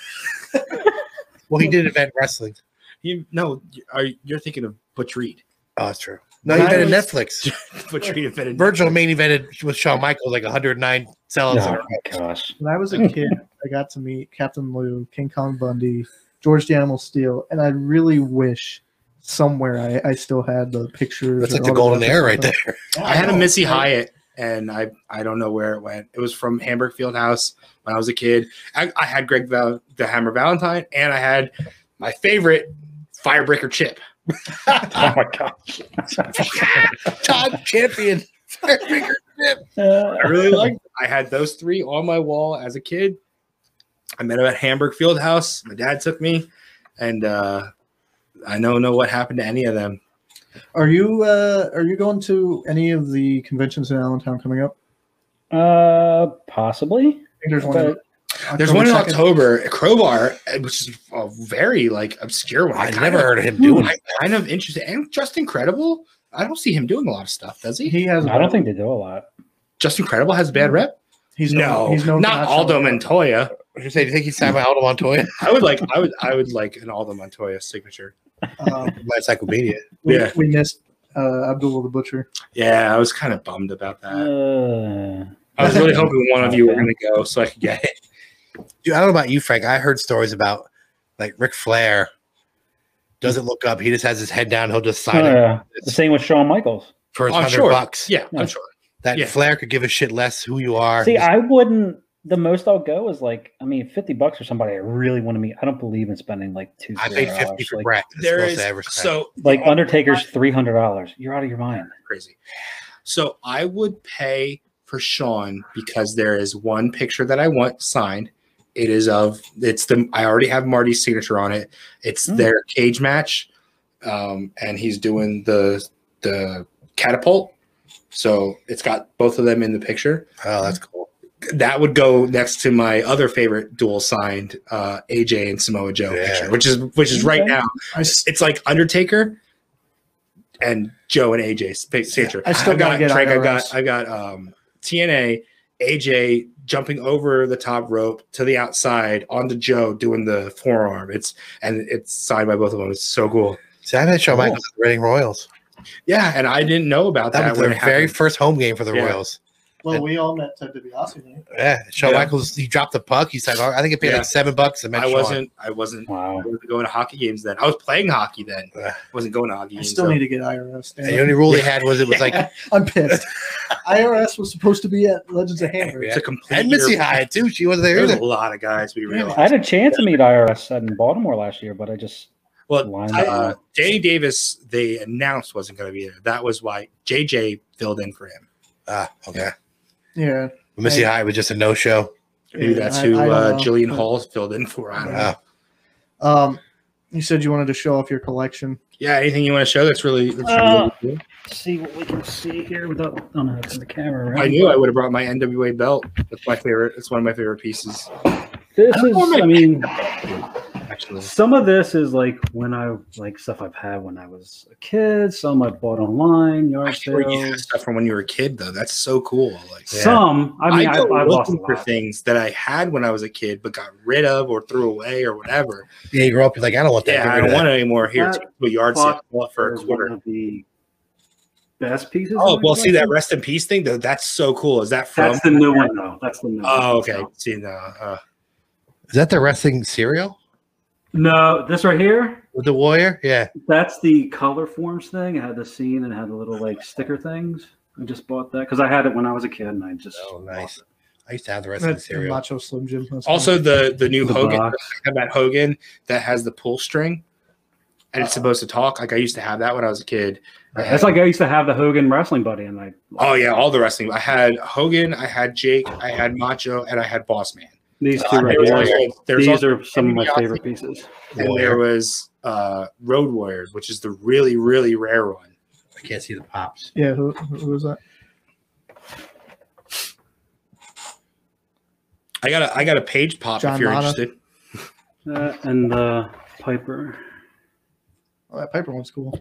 Well, he did invent wrestling. You, no, you- are, you're thinking of Butch Reed. Oh, that's true. No, When he I invented was- Netflix. Butch Reed invented Virgil main evented with Shawn Michaels like 109 sellouts. in a Oh row. my gosh. When I was a kid, I got to meet Captain Lou, King Kong Bundy, George the Animal Steel, and I really wish somewhere I, I still had the pictures. That's or like the all golden era right there. I had a Missy Right. Hyatt, and I I don't know where it went. It was from Hamburg Fieldhouse when I was a kid. I, I had Greg Val, the Hammer Valentine, and I had my favorite Firebreaker Chip. Oh my gosh. Todd Champion. Uh, I really liked. it. I had those three on my wall as a kid. I met him at Hamburg Fieldhouse. My dad took me, and uh, I don't know what happened to any of them. Are you uh, are you going to any of the conventions in Allentown coming up? uh, possibly. I think there's one. But in There's one in October 2nd. October, Crowbar, eh, which is a very like obscure one. I kind never of, heard of him doing I, kind of interesting and Justin Credible. I don't see him doing a lot of stuff, does he? He has. I don't think they do a lot. Justin Credible has a bad rep. he's no, known, he's known for not Aldo showing up. Montoya. What you say? Do you think he's signed by Aldo Montoya? I would like, I would, I would like an Aldo Montoya signature. Um, My encyclopedia. we, Yeah. we missed uh, Abdul the Butcher. Yeah, I was kind of bummed about that. Uh, I was really hoping one of you were going to go so I could get it. Dude, I don't know about you, Frank. I heard stories about like Ric Flair doesn't look up. He just has his head down. He'll just sign it uh, the same with Shawn Michaels. for his I'm hundred sure. bucks. Yeah, Yeah. I'm sure. That Yeah. Flair could give a shit less who you are. See, Just- I wouldn't. The most I'll go is like, I mean, fifty bucks for somebody I really want to meet. I don't believe in spending like two. I three paid hundred fifty dollars. for like, Brett. That's the Oh, There most is I ever spent. so oh, like Undertaker's three hundred dollars. You're out of your mind. crazy. So I would pay for Sean because there is one picture that I want signed. It is of it's the I already have Marty's signature on it. It's Hmm. their cage match, um, and he's doing the the catapult. So it's got both of them in the picture. oh, that's cool. That would go next to my other favorite dual signed uh, AJ and Samoa Joe Yeah. picture, which is which is right Okay. now. I, s- It's like Undertaker and Joe and AJ sp- signature. I still I've gotta get Frank, I IRS. got I got um, TNA AJ jumping over the top rope to the outside onto Joe doing the forearm. It's and it's signed by both of them. It's so cool. See, I met Shawn Michaels at the Reading Royals. Yeah, and I didn't know about That that. was when their it very happened. first home game for the Yeah. Royals. Well, we all met Ted DiBiase. Right? Yeah, Shawn Yeah. Michaels. He dropped the puck. He said, "Oh, "I think it paid Yeah. like seven bucks." And I wasn't. I wasn't Wow. going to hockey games then. I was playing hockey then. Ugh. wasn't going to hockey I games. still though. need to get IRS. And the only rule they had was it was like I'm pissed. IRS was supposed to be at Legends of Hamburg. It's a complete. and Missy year- Hyatt too. She wasn't there There's either. a lot of guys we realized. I had a chance to meet IRS in Baltimore last year, but I just Well, lined I- up. Danny Davis, they announced wasn't going to be there. That was why JJ filled in for him. Ah, okay. Yeah. Missy Hey. Hyatt was just a no show. Maybe Yeah, that's I- who I don't uh, know. Jillian Hall filled in for. I don't know. Wow. Um, you said you wanted to show off your collection. Yeah, anything you want to show? That's really. That's Uh, really cool. see what we can see here without. Oh no, it's in the camera. Right? I knew I would have brought my NWA belt. That's my favorite. It's one of my favorite pieces. This I is. don't I mean, Actually, some of this is like when I like stuff I've had when I was a kid. Some I bought online yard actually you have sales. stuff from when you were a kid though. That's so cool. Like, Some. I mean, I, go I, lost a looking for lot. things that I had when I was a kid, but got rid of or threw away or whatever. Yeah, you grew up. You're like, I don't want that. Yeah, Get I rid of don't that. want it anymore. Here, it's a yard sale Fuck. Sell it for a Is quarter. One of the best pieces. Oh, of my well, see that collection. rest in peace thing though. That's so cool. Is that from? That's the new one, though. That's the new. one. oh, okay. See, no, uh, Is that the wrestling cereal No, this right here. with the warrior? Yeah. That's the color forms thing. It had the scene and it had the little like sticker things. I just bought that because I had it when I was a kid, and I just Oh, lost nice. it. I used to have the wrestling That's cereal. Macho Slim Jim. That's also the the new The Hogan. box. have that Hogan that has the pull string, and it's supposed to talk. Like I used to have that when I was a kid. I had- That's like I used to have the Hogan wrestling buddy, and I oh yeah, all the wrestling. I had Hogan, I had Jake, I had Macho, and I had Boss Man. these two Uh, right There was here. also- there was These also- are some of my Kenny favorite Biazzi. pieces. and there was uh, Road Warriors, which is the really really rare one. I can't see the pops. Yeah. Who, who was that? I got a I got a page pop John if you're Mata. interested. Uh, and the Piper. Oh, that Piper one's cool.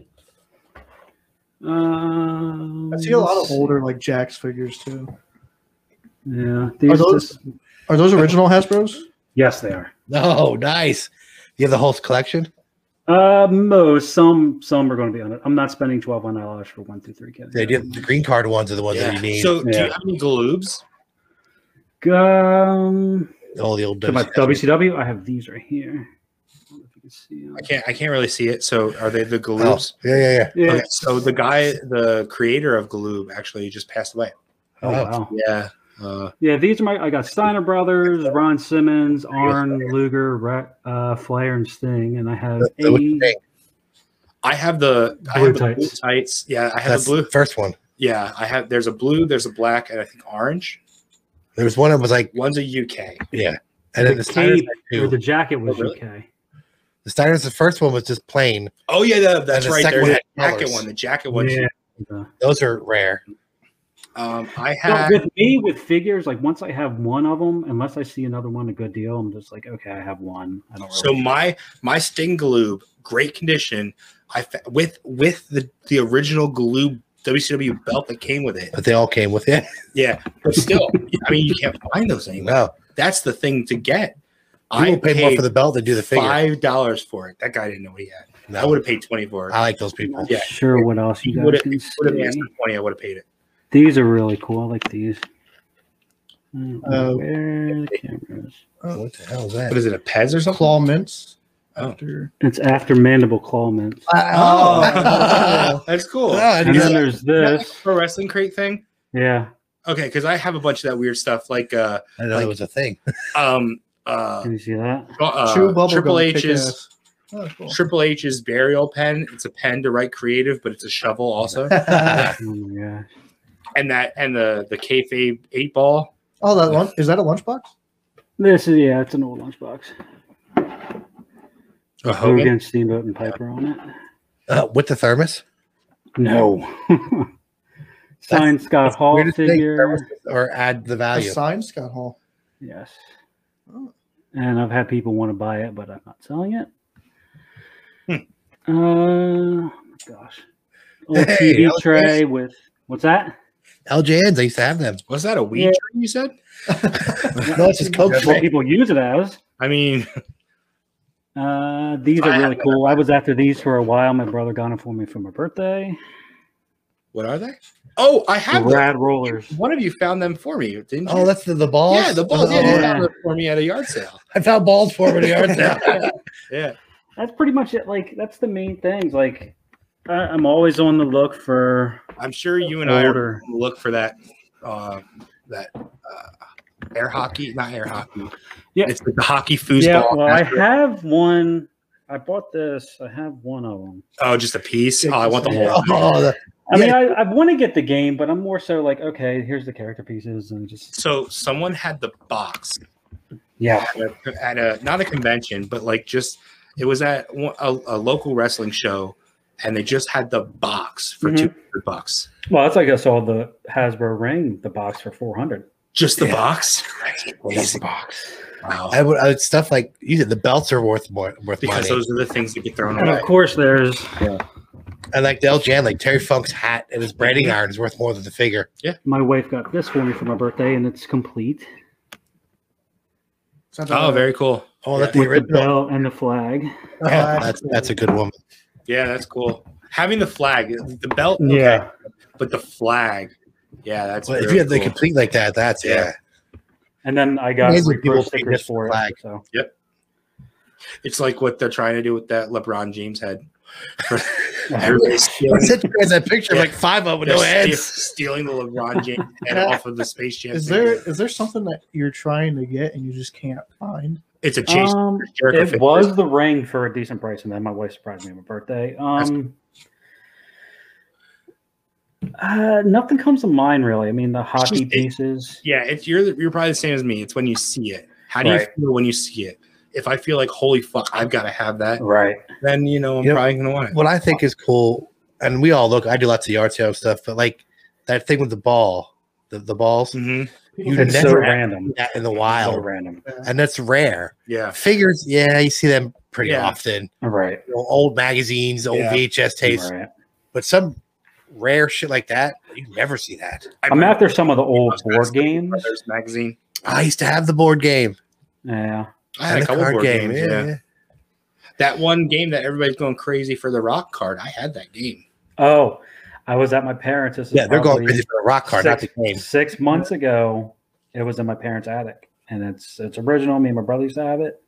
Um, I see a lot of let's older like Jax figures too. Yeah. These, those- this- Are those original Hasbro's? yes, they are. Oh, nice. You have the whole collection. Uh, most some some are going to be on it. I'm not spending twelve hundred dollars for one through three. They did the green card ones are the ones that Yeah. you need. So do Yeah. Oh, you have any Galoobs? Um, all the old to my WCW. WCW, I have these right here. I don't know if you can see 'em. I can't I can't really see it. So are they the Oh, Galoobs? yeah, yeah, yeah. Yeah. Okay, so the guy, the creator of Galoob, actually just passed away. Oh, wow. Yeah. Uh, Yeah, these are my. I got Steiner Brothers, Ron Simmons, Arn Luger, Ra- uh, Flair, and Sting, and I have That's the- what you eight. think. I have the I Blue have the blue tights. tights. Yeah, I have That's the blue. the first one. Yeah, I have. There's a blue. There's a black, and I think orange. There was one that was like, One's a UK. yeah. And then the The Steiners, cape had two. or the jacket was Oh, really? UK. the Steiners, the first one was just plain. Oh yeah, the, that's the right. second There's one the had jacket colours. one. The jacket one. Yeah. too. Uh, Those are rare. Um, I but had. with me, with figures, like once I have one of them, unless I see another one a good deal, I'm just like, okay, I have one. I don't. Really So my my Sting Galoob, great condition. I fa- with with the the original Galoob WCW belt that came with it. But they all came with it. Yeah, but still, I mean, you can't find those anymore. No. That's the thing to get. People I pay paid more for the belt than do the figure. five dollars for it. That guy didn't know what he had. I No, would Uh, have paid twenty for it. I like those I'm people. not yeah. sure what else you You would've- guys can would have see. asked for twenty. I would have paid it. These are really cool. I like these. Mm, Uh, where are the cameras? What the hell is What that? is it? A Pez or something? Claw mints. Oh. After It's after mandible claw mints. Oh, that's cool. Oh, I And didn't then know that. there's Is that like this. a pro wrestling crate thing. Yeah. Okay, because I have a bunch of that weird stuff, like uh, I didn't know that was a thing. um, uh, Can you see that? uh Chew bubble Triple gum, kick H's ass. Oh, cool. Triple H's burial pen. It's a pen to write creative, but it's a shovel also. oh, Oh my gosh. and that and the the kayfabe eight ball. Oh, that one is that a lunchbox? This is yeah, it's an old lunchbox. A Hogan, Hogan. Steamboat, and Piper on it. Uh, with the thermos? No. Signed Scott Hall Weirdest thing, figure. thermos Or add the A value. signed Scott Hall. Yes. Oh. And I've had people want to buy it, but I'm not selling it. Hmm. Uh, oh my gosh. Old Hey, TV that was tray nice. with what's that? LJNs, I used to have them. Was that a weed Yeah. tree you said? No, it's just Coke. That's what people use it as. I mean, Uh, these I are really haven't cool. I was after these for a while. My brother got them for me for my birthday. what are they? Oh, I have them. Rad rollers. one of you found them for me, didn't you? Oh, that's the, the balls. yeah, the balls. Oh, Yeah, you yeah. found them for me at a yard sale. I found balls for me. Aren't there? Yeah, That's pretty much it. Like that's the main things. Like I, I'm always on the look for I'm sure you and I are Older. gonna look for that. Uh, that uh, air hockey, not air hockey. Yeah. it's like the hockey foosball. yeah, well, I have one. I bought this. I have one of them. oh, just a piece. Oh, I want the whole. Oh, the, I Yeah. mean, I, I want to get the game, but I'm more so like, okay, here's the character pieces and just So someone had the box yeah, at a, at a- not a convention, but like just it was at one- a, a local wrestling show, and they just had the box for Mhm. two hundred bucks. Well, that's like I saw the Hasbro ring, the box for four hundred. Just the Yeah. box. That's the box. Wow. I would, I would stuff like you said. The belts are worth more worth because money. those are the things that get thrown And of away. course, there's and like Del Jan, like Terry Funk's hat and his braiding iron is worth more than the figure. my wife got this for me for my birthday, and it's complete Something Oh, like very cool. Oh, that's with the the original. bell and the flag. Oh, that. Yeah, Uh, that's that's a good woman. Yeah, that's cool. Having the flag, the belt. okay, but the flag. Yeah, that's. Well, if very you had the cool. complete like that, that's Yeah. yeah. And then I got Amazing people repro think stickers it's for the it. flag. So it's like what they're trying to do with that LeBron James head. Everybody's stealing, I sent you guys that picture Yeah. of like five of them with they're no ste- heads. stealing the LeBron James head off of the Space Jam. is figure. there is there something that you're trying to get and you just can't find? It's a chase. Um, Jericho it figure. was the ring for a decent price, and then my wife surprised me on my birthday. Um, uh, nothing comes to mind really. I mean, the hockey it- pieces. Yeah, it's you're you're probably the same as me. It's when you see it. How do Right. you feel when you see it? If I feel like holy fuck, I've got to have that, Right. then you know I'm Yep. probably gonna want it. What I think is cool, and we all look. I do lots of yard sale stuff, but like that thing with the ball, the, the balls Mhm. You It's so never- random. that in the So wild, random. and that's rare. Yeah, Figures, yeah, you see them pretty Yeah. often. Right. You know, old magazines, old Yeah. VHS tapes, Right. but some rare shit like that, you never see that. I'm after some of the old Smash board games. Brothers magazine. I used to have the board game Yeah. I had and a the couple card board game. games. yeah, yeah. yeah. that one game that everybody's going crazy for the rock card. I had that game. Oh, I was at my parents. This is Yeah, they're going probably crazy for the rock card, not the six- game. Six months ago, it was in my parents' attic, and it's it's original. Me and my brother used to have it.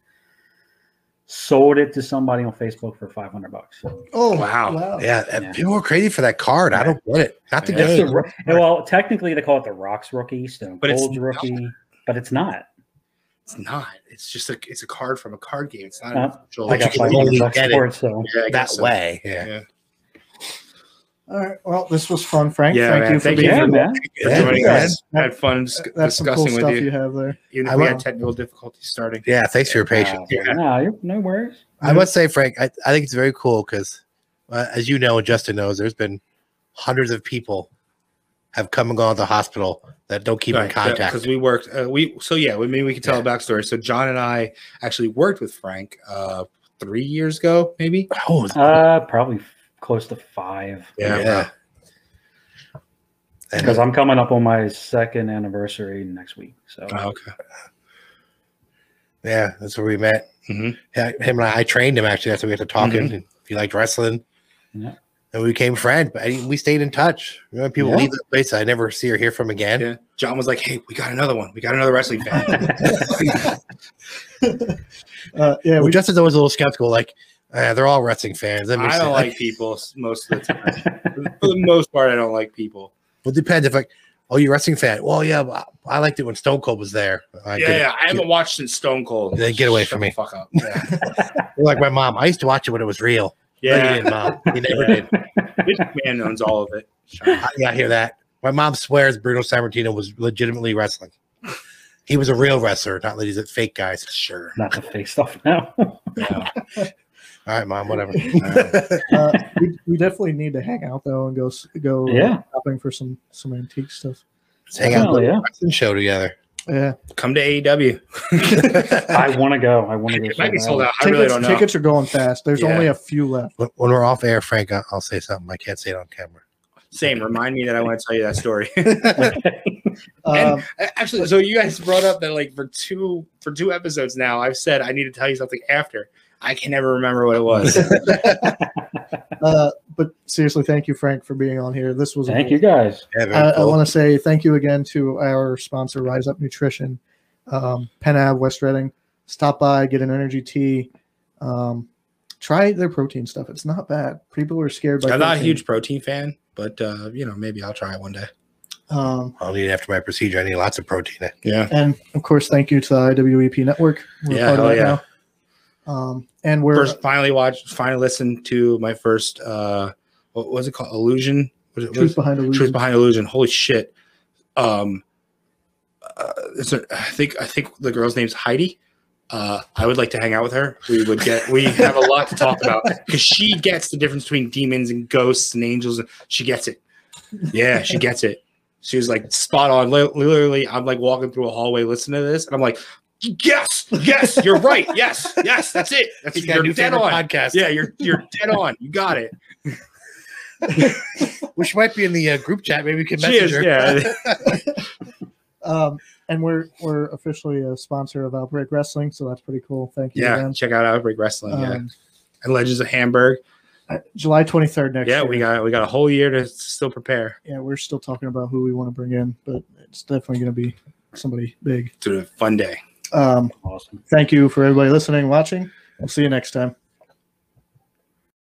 Sold it to somebody on Facebook for five hundred bucks. Oh Wow. Wow. Yeah, and Yeah. people were crazy for that card. I don't get it. Not the Yeah. It's game. the Ro- and well, technically they call it the Rocks rookie, Stone But it's Cold's not. rookie, but it's not. It's not. It's just a. It's a card from a card game. It's not Uh, an official. I got can five only hundred bucks get for it, so Yeah, I guess that so. way. Yeah. Yeah. All right. Well, this was fun, Frank. Yeah, Thank man. you for Thank being you. yeah, here. man. Yeah, Everybody man. has had fun dis- That's some cool discussing stuff with you you. have there. Even I if we had will- technical difficulties starting. Yeah, thanks for your Uh, patience. Yeah. no, you're- no worries. I must say, Frank, I, I think it's very cool because, uh, as you know, and Justin knows, there's been hundreds of people have come and gone to the hospital that don't keep in contact. because we worked. Uh, we so yeah. We, maybe we can tell a backstory. So John and I actually worked with Frank uh, three years ago, maybe. oh, Uh, probably f- close to five. yeah. yeah. And because I'm coming up on my second anniversary next week. So Oh, okay. yeah, that's where we met. Mhm. Yeah, him and I, I trained him actually. That's how we got to Mm-hmm. talking. and He liked wrestling. Yeah. And we became friends, but I- we stayed in touch. You know, people Yeah. leave the place I never see or hear from again. Yeah. John was like, "Hey, we got another one. We got another wrestling fan." Uh, yeah, Well, we Justin's always a little skeptical, like uh, they're all wrestling fans. That makes I don't sense. like people s- most of the time. For the most part, I don't like people. Well, it depends if like, oh, you're a wrestling fan. Well, yeah, but I liked it when Stone Cold was there. I yeah, did- yeah. I haven't watched since Stone Cold. Yeah, get away Shut from the me. Fuck up. Yeah. Like my mom, I used to watch it when it was real. No, you yeah. didn't, mom. You never Yeah. did. Vince McMahon owns all of it. Shut up. I, yeah, I hear that. My mom swears Bruno Sammartino was legitimately wrestling. He was a real wrestler, not these fake guys. Sure. not the fake stuff now. All right, mom, whatever. uh, we, we definitely need to hang out though and go s- go uh, Yeah. shopping for some some antique stuff. Let's hang out Hell and yeah. wrestling show together. Yeah, Come to AEW. I want to go. I want to go. It so might be bad. sold out. I tickets really don't know. tickets are going fast. There's Yeah. only a few left. When, when we're off air, Frank, I'll, I'll say something. I can't say it on camera. Same. Remind me that I want to tell you that story. Um, Actually, so you guys brought up that like for two for two episodes now, I've said I need to tell you something after. I can never remember what it was. uh, but seriously, thank you, Frank, for being on here. This was Thank you guys. Yeah, very I, I cool. want to say thank you again to our sponsor, Rise Up Nutrition, um, Penn Ave, West Reading. Stop by, get an energy tea. Um, try their protein stuff. It's not bad. People are scared. By I'm not a protein. huge protein fan, but uh, you know, maybe I'll try it one day. Um, I'll need it after my procedure. I need lots of protein. Yeah. and of course, thank you to the IWEP network. Yeah, hell yeah. now. Um, and we're first, finally watched, finally listened to my first. uh What was it called? Illusion. Was it, what is- truth behind illusion. Truth Behind Illusion. Holy shit. Um, uh, it's a, I think I think the girl's name's Heidi. Uh, I would like to hang out with her. We would get we have a lot to talk about because she gets the difference between demons and ghosts and angels. She gets it. Yeah, she gets it. She was like spot on. Li- Literally, I'm like walking through a hallway listening to this, and I'm like, yes, yes, you're right. Yes, yes, that's it. That's He's got a you're new dead favorite on. podcast, Yeah, you're you're dead on. You got it. which might be in the uh, group chat. Maybe we can She is, message her. yeah. um, and we're we're officially a sponsor of Outbreak Wrestling, so that's pretty cool. Thank you. Yeah, again. check out Outbreak Wrestling. Uh, yeah. Um, and Legends of Hamburg. uh, July twenty third next yeah, year. we got we got a whole year to still prepare. yeah, we're still talking about who we want to bring in, but it's definitely going to be somebody big. It's a fun day. Um, Awesome. thank you for everybody listening, watching. We'll see you next time.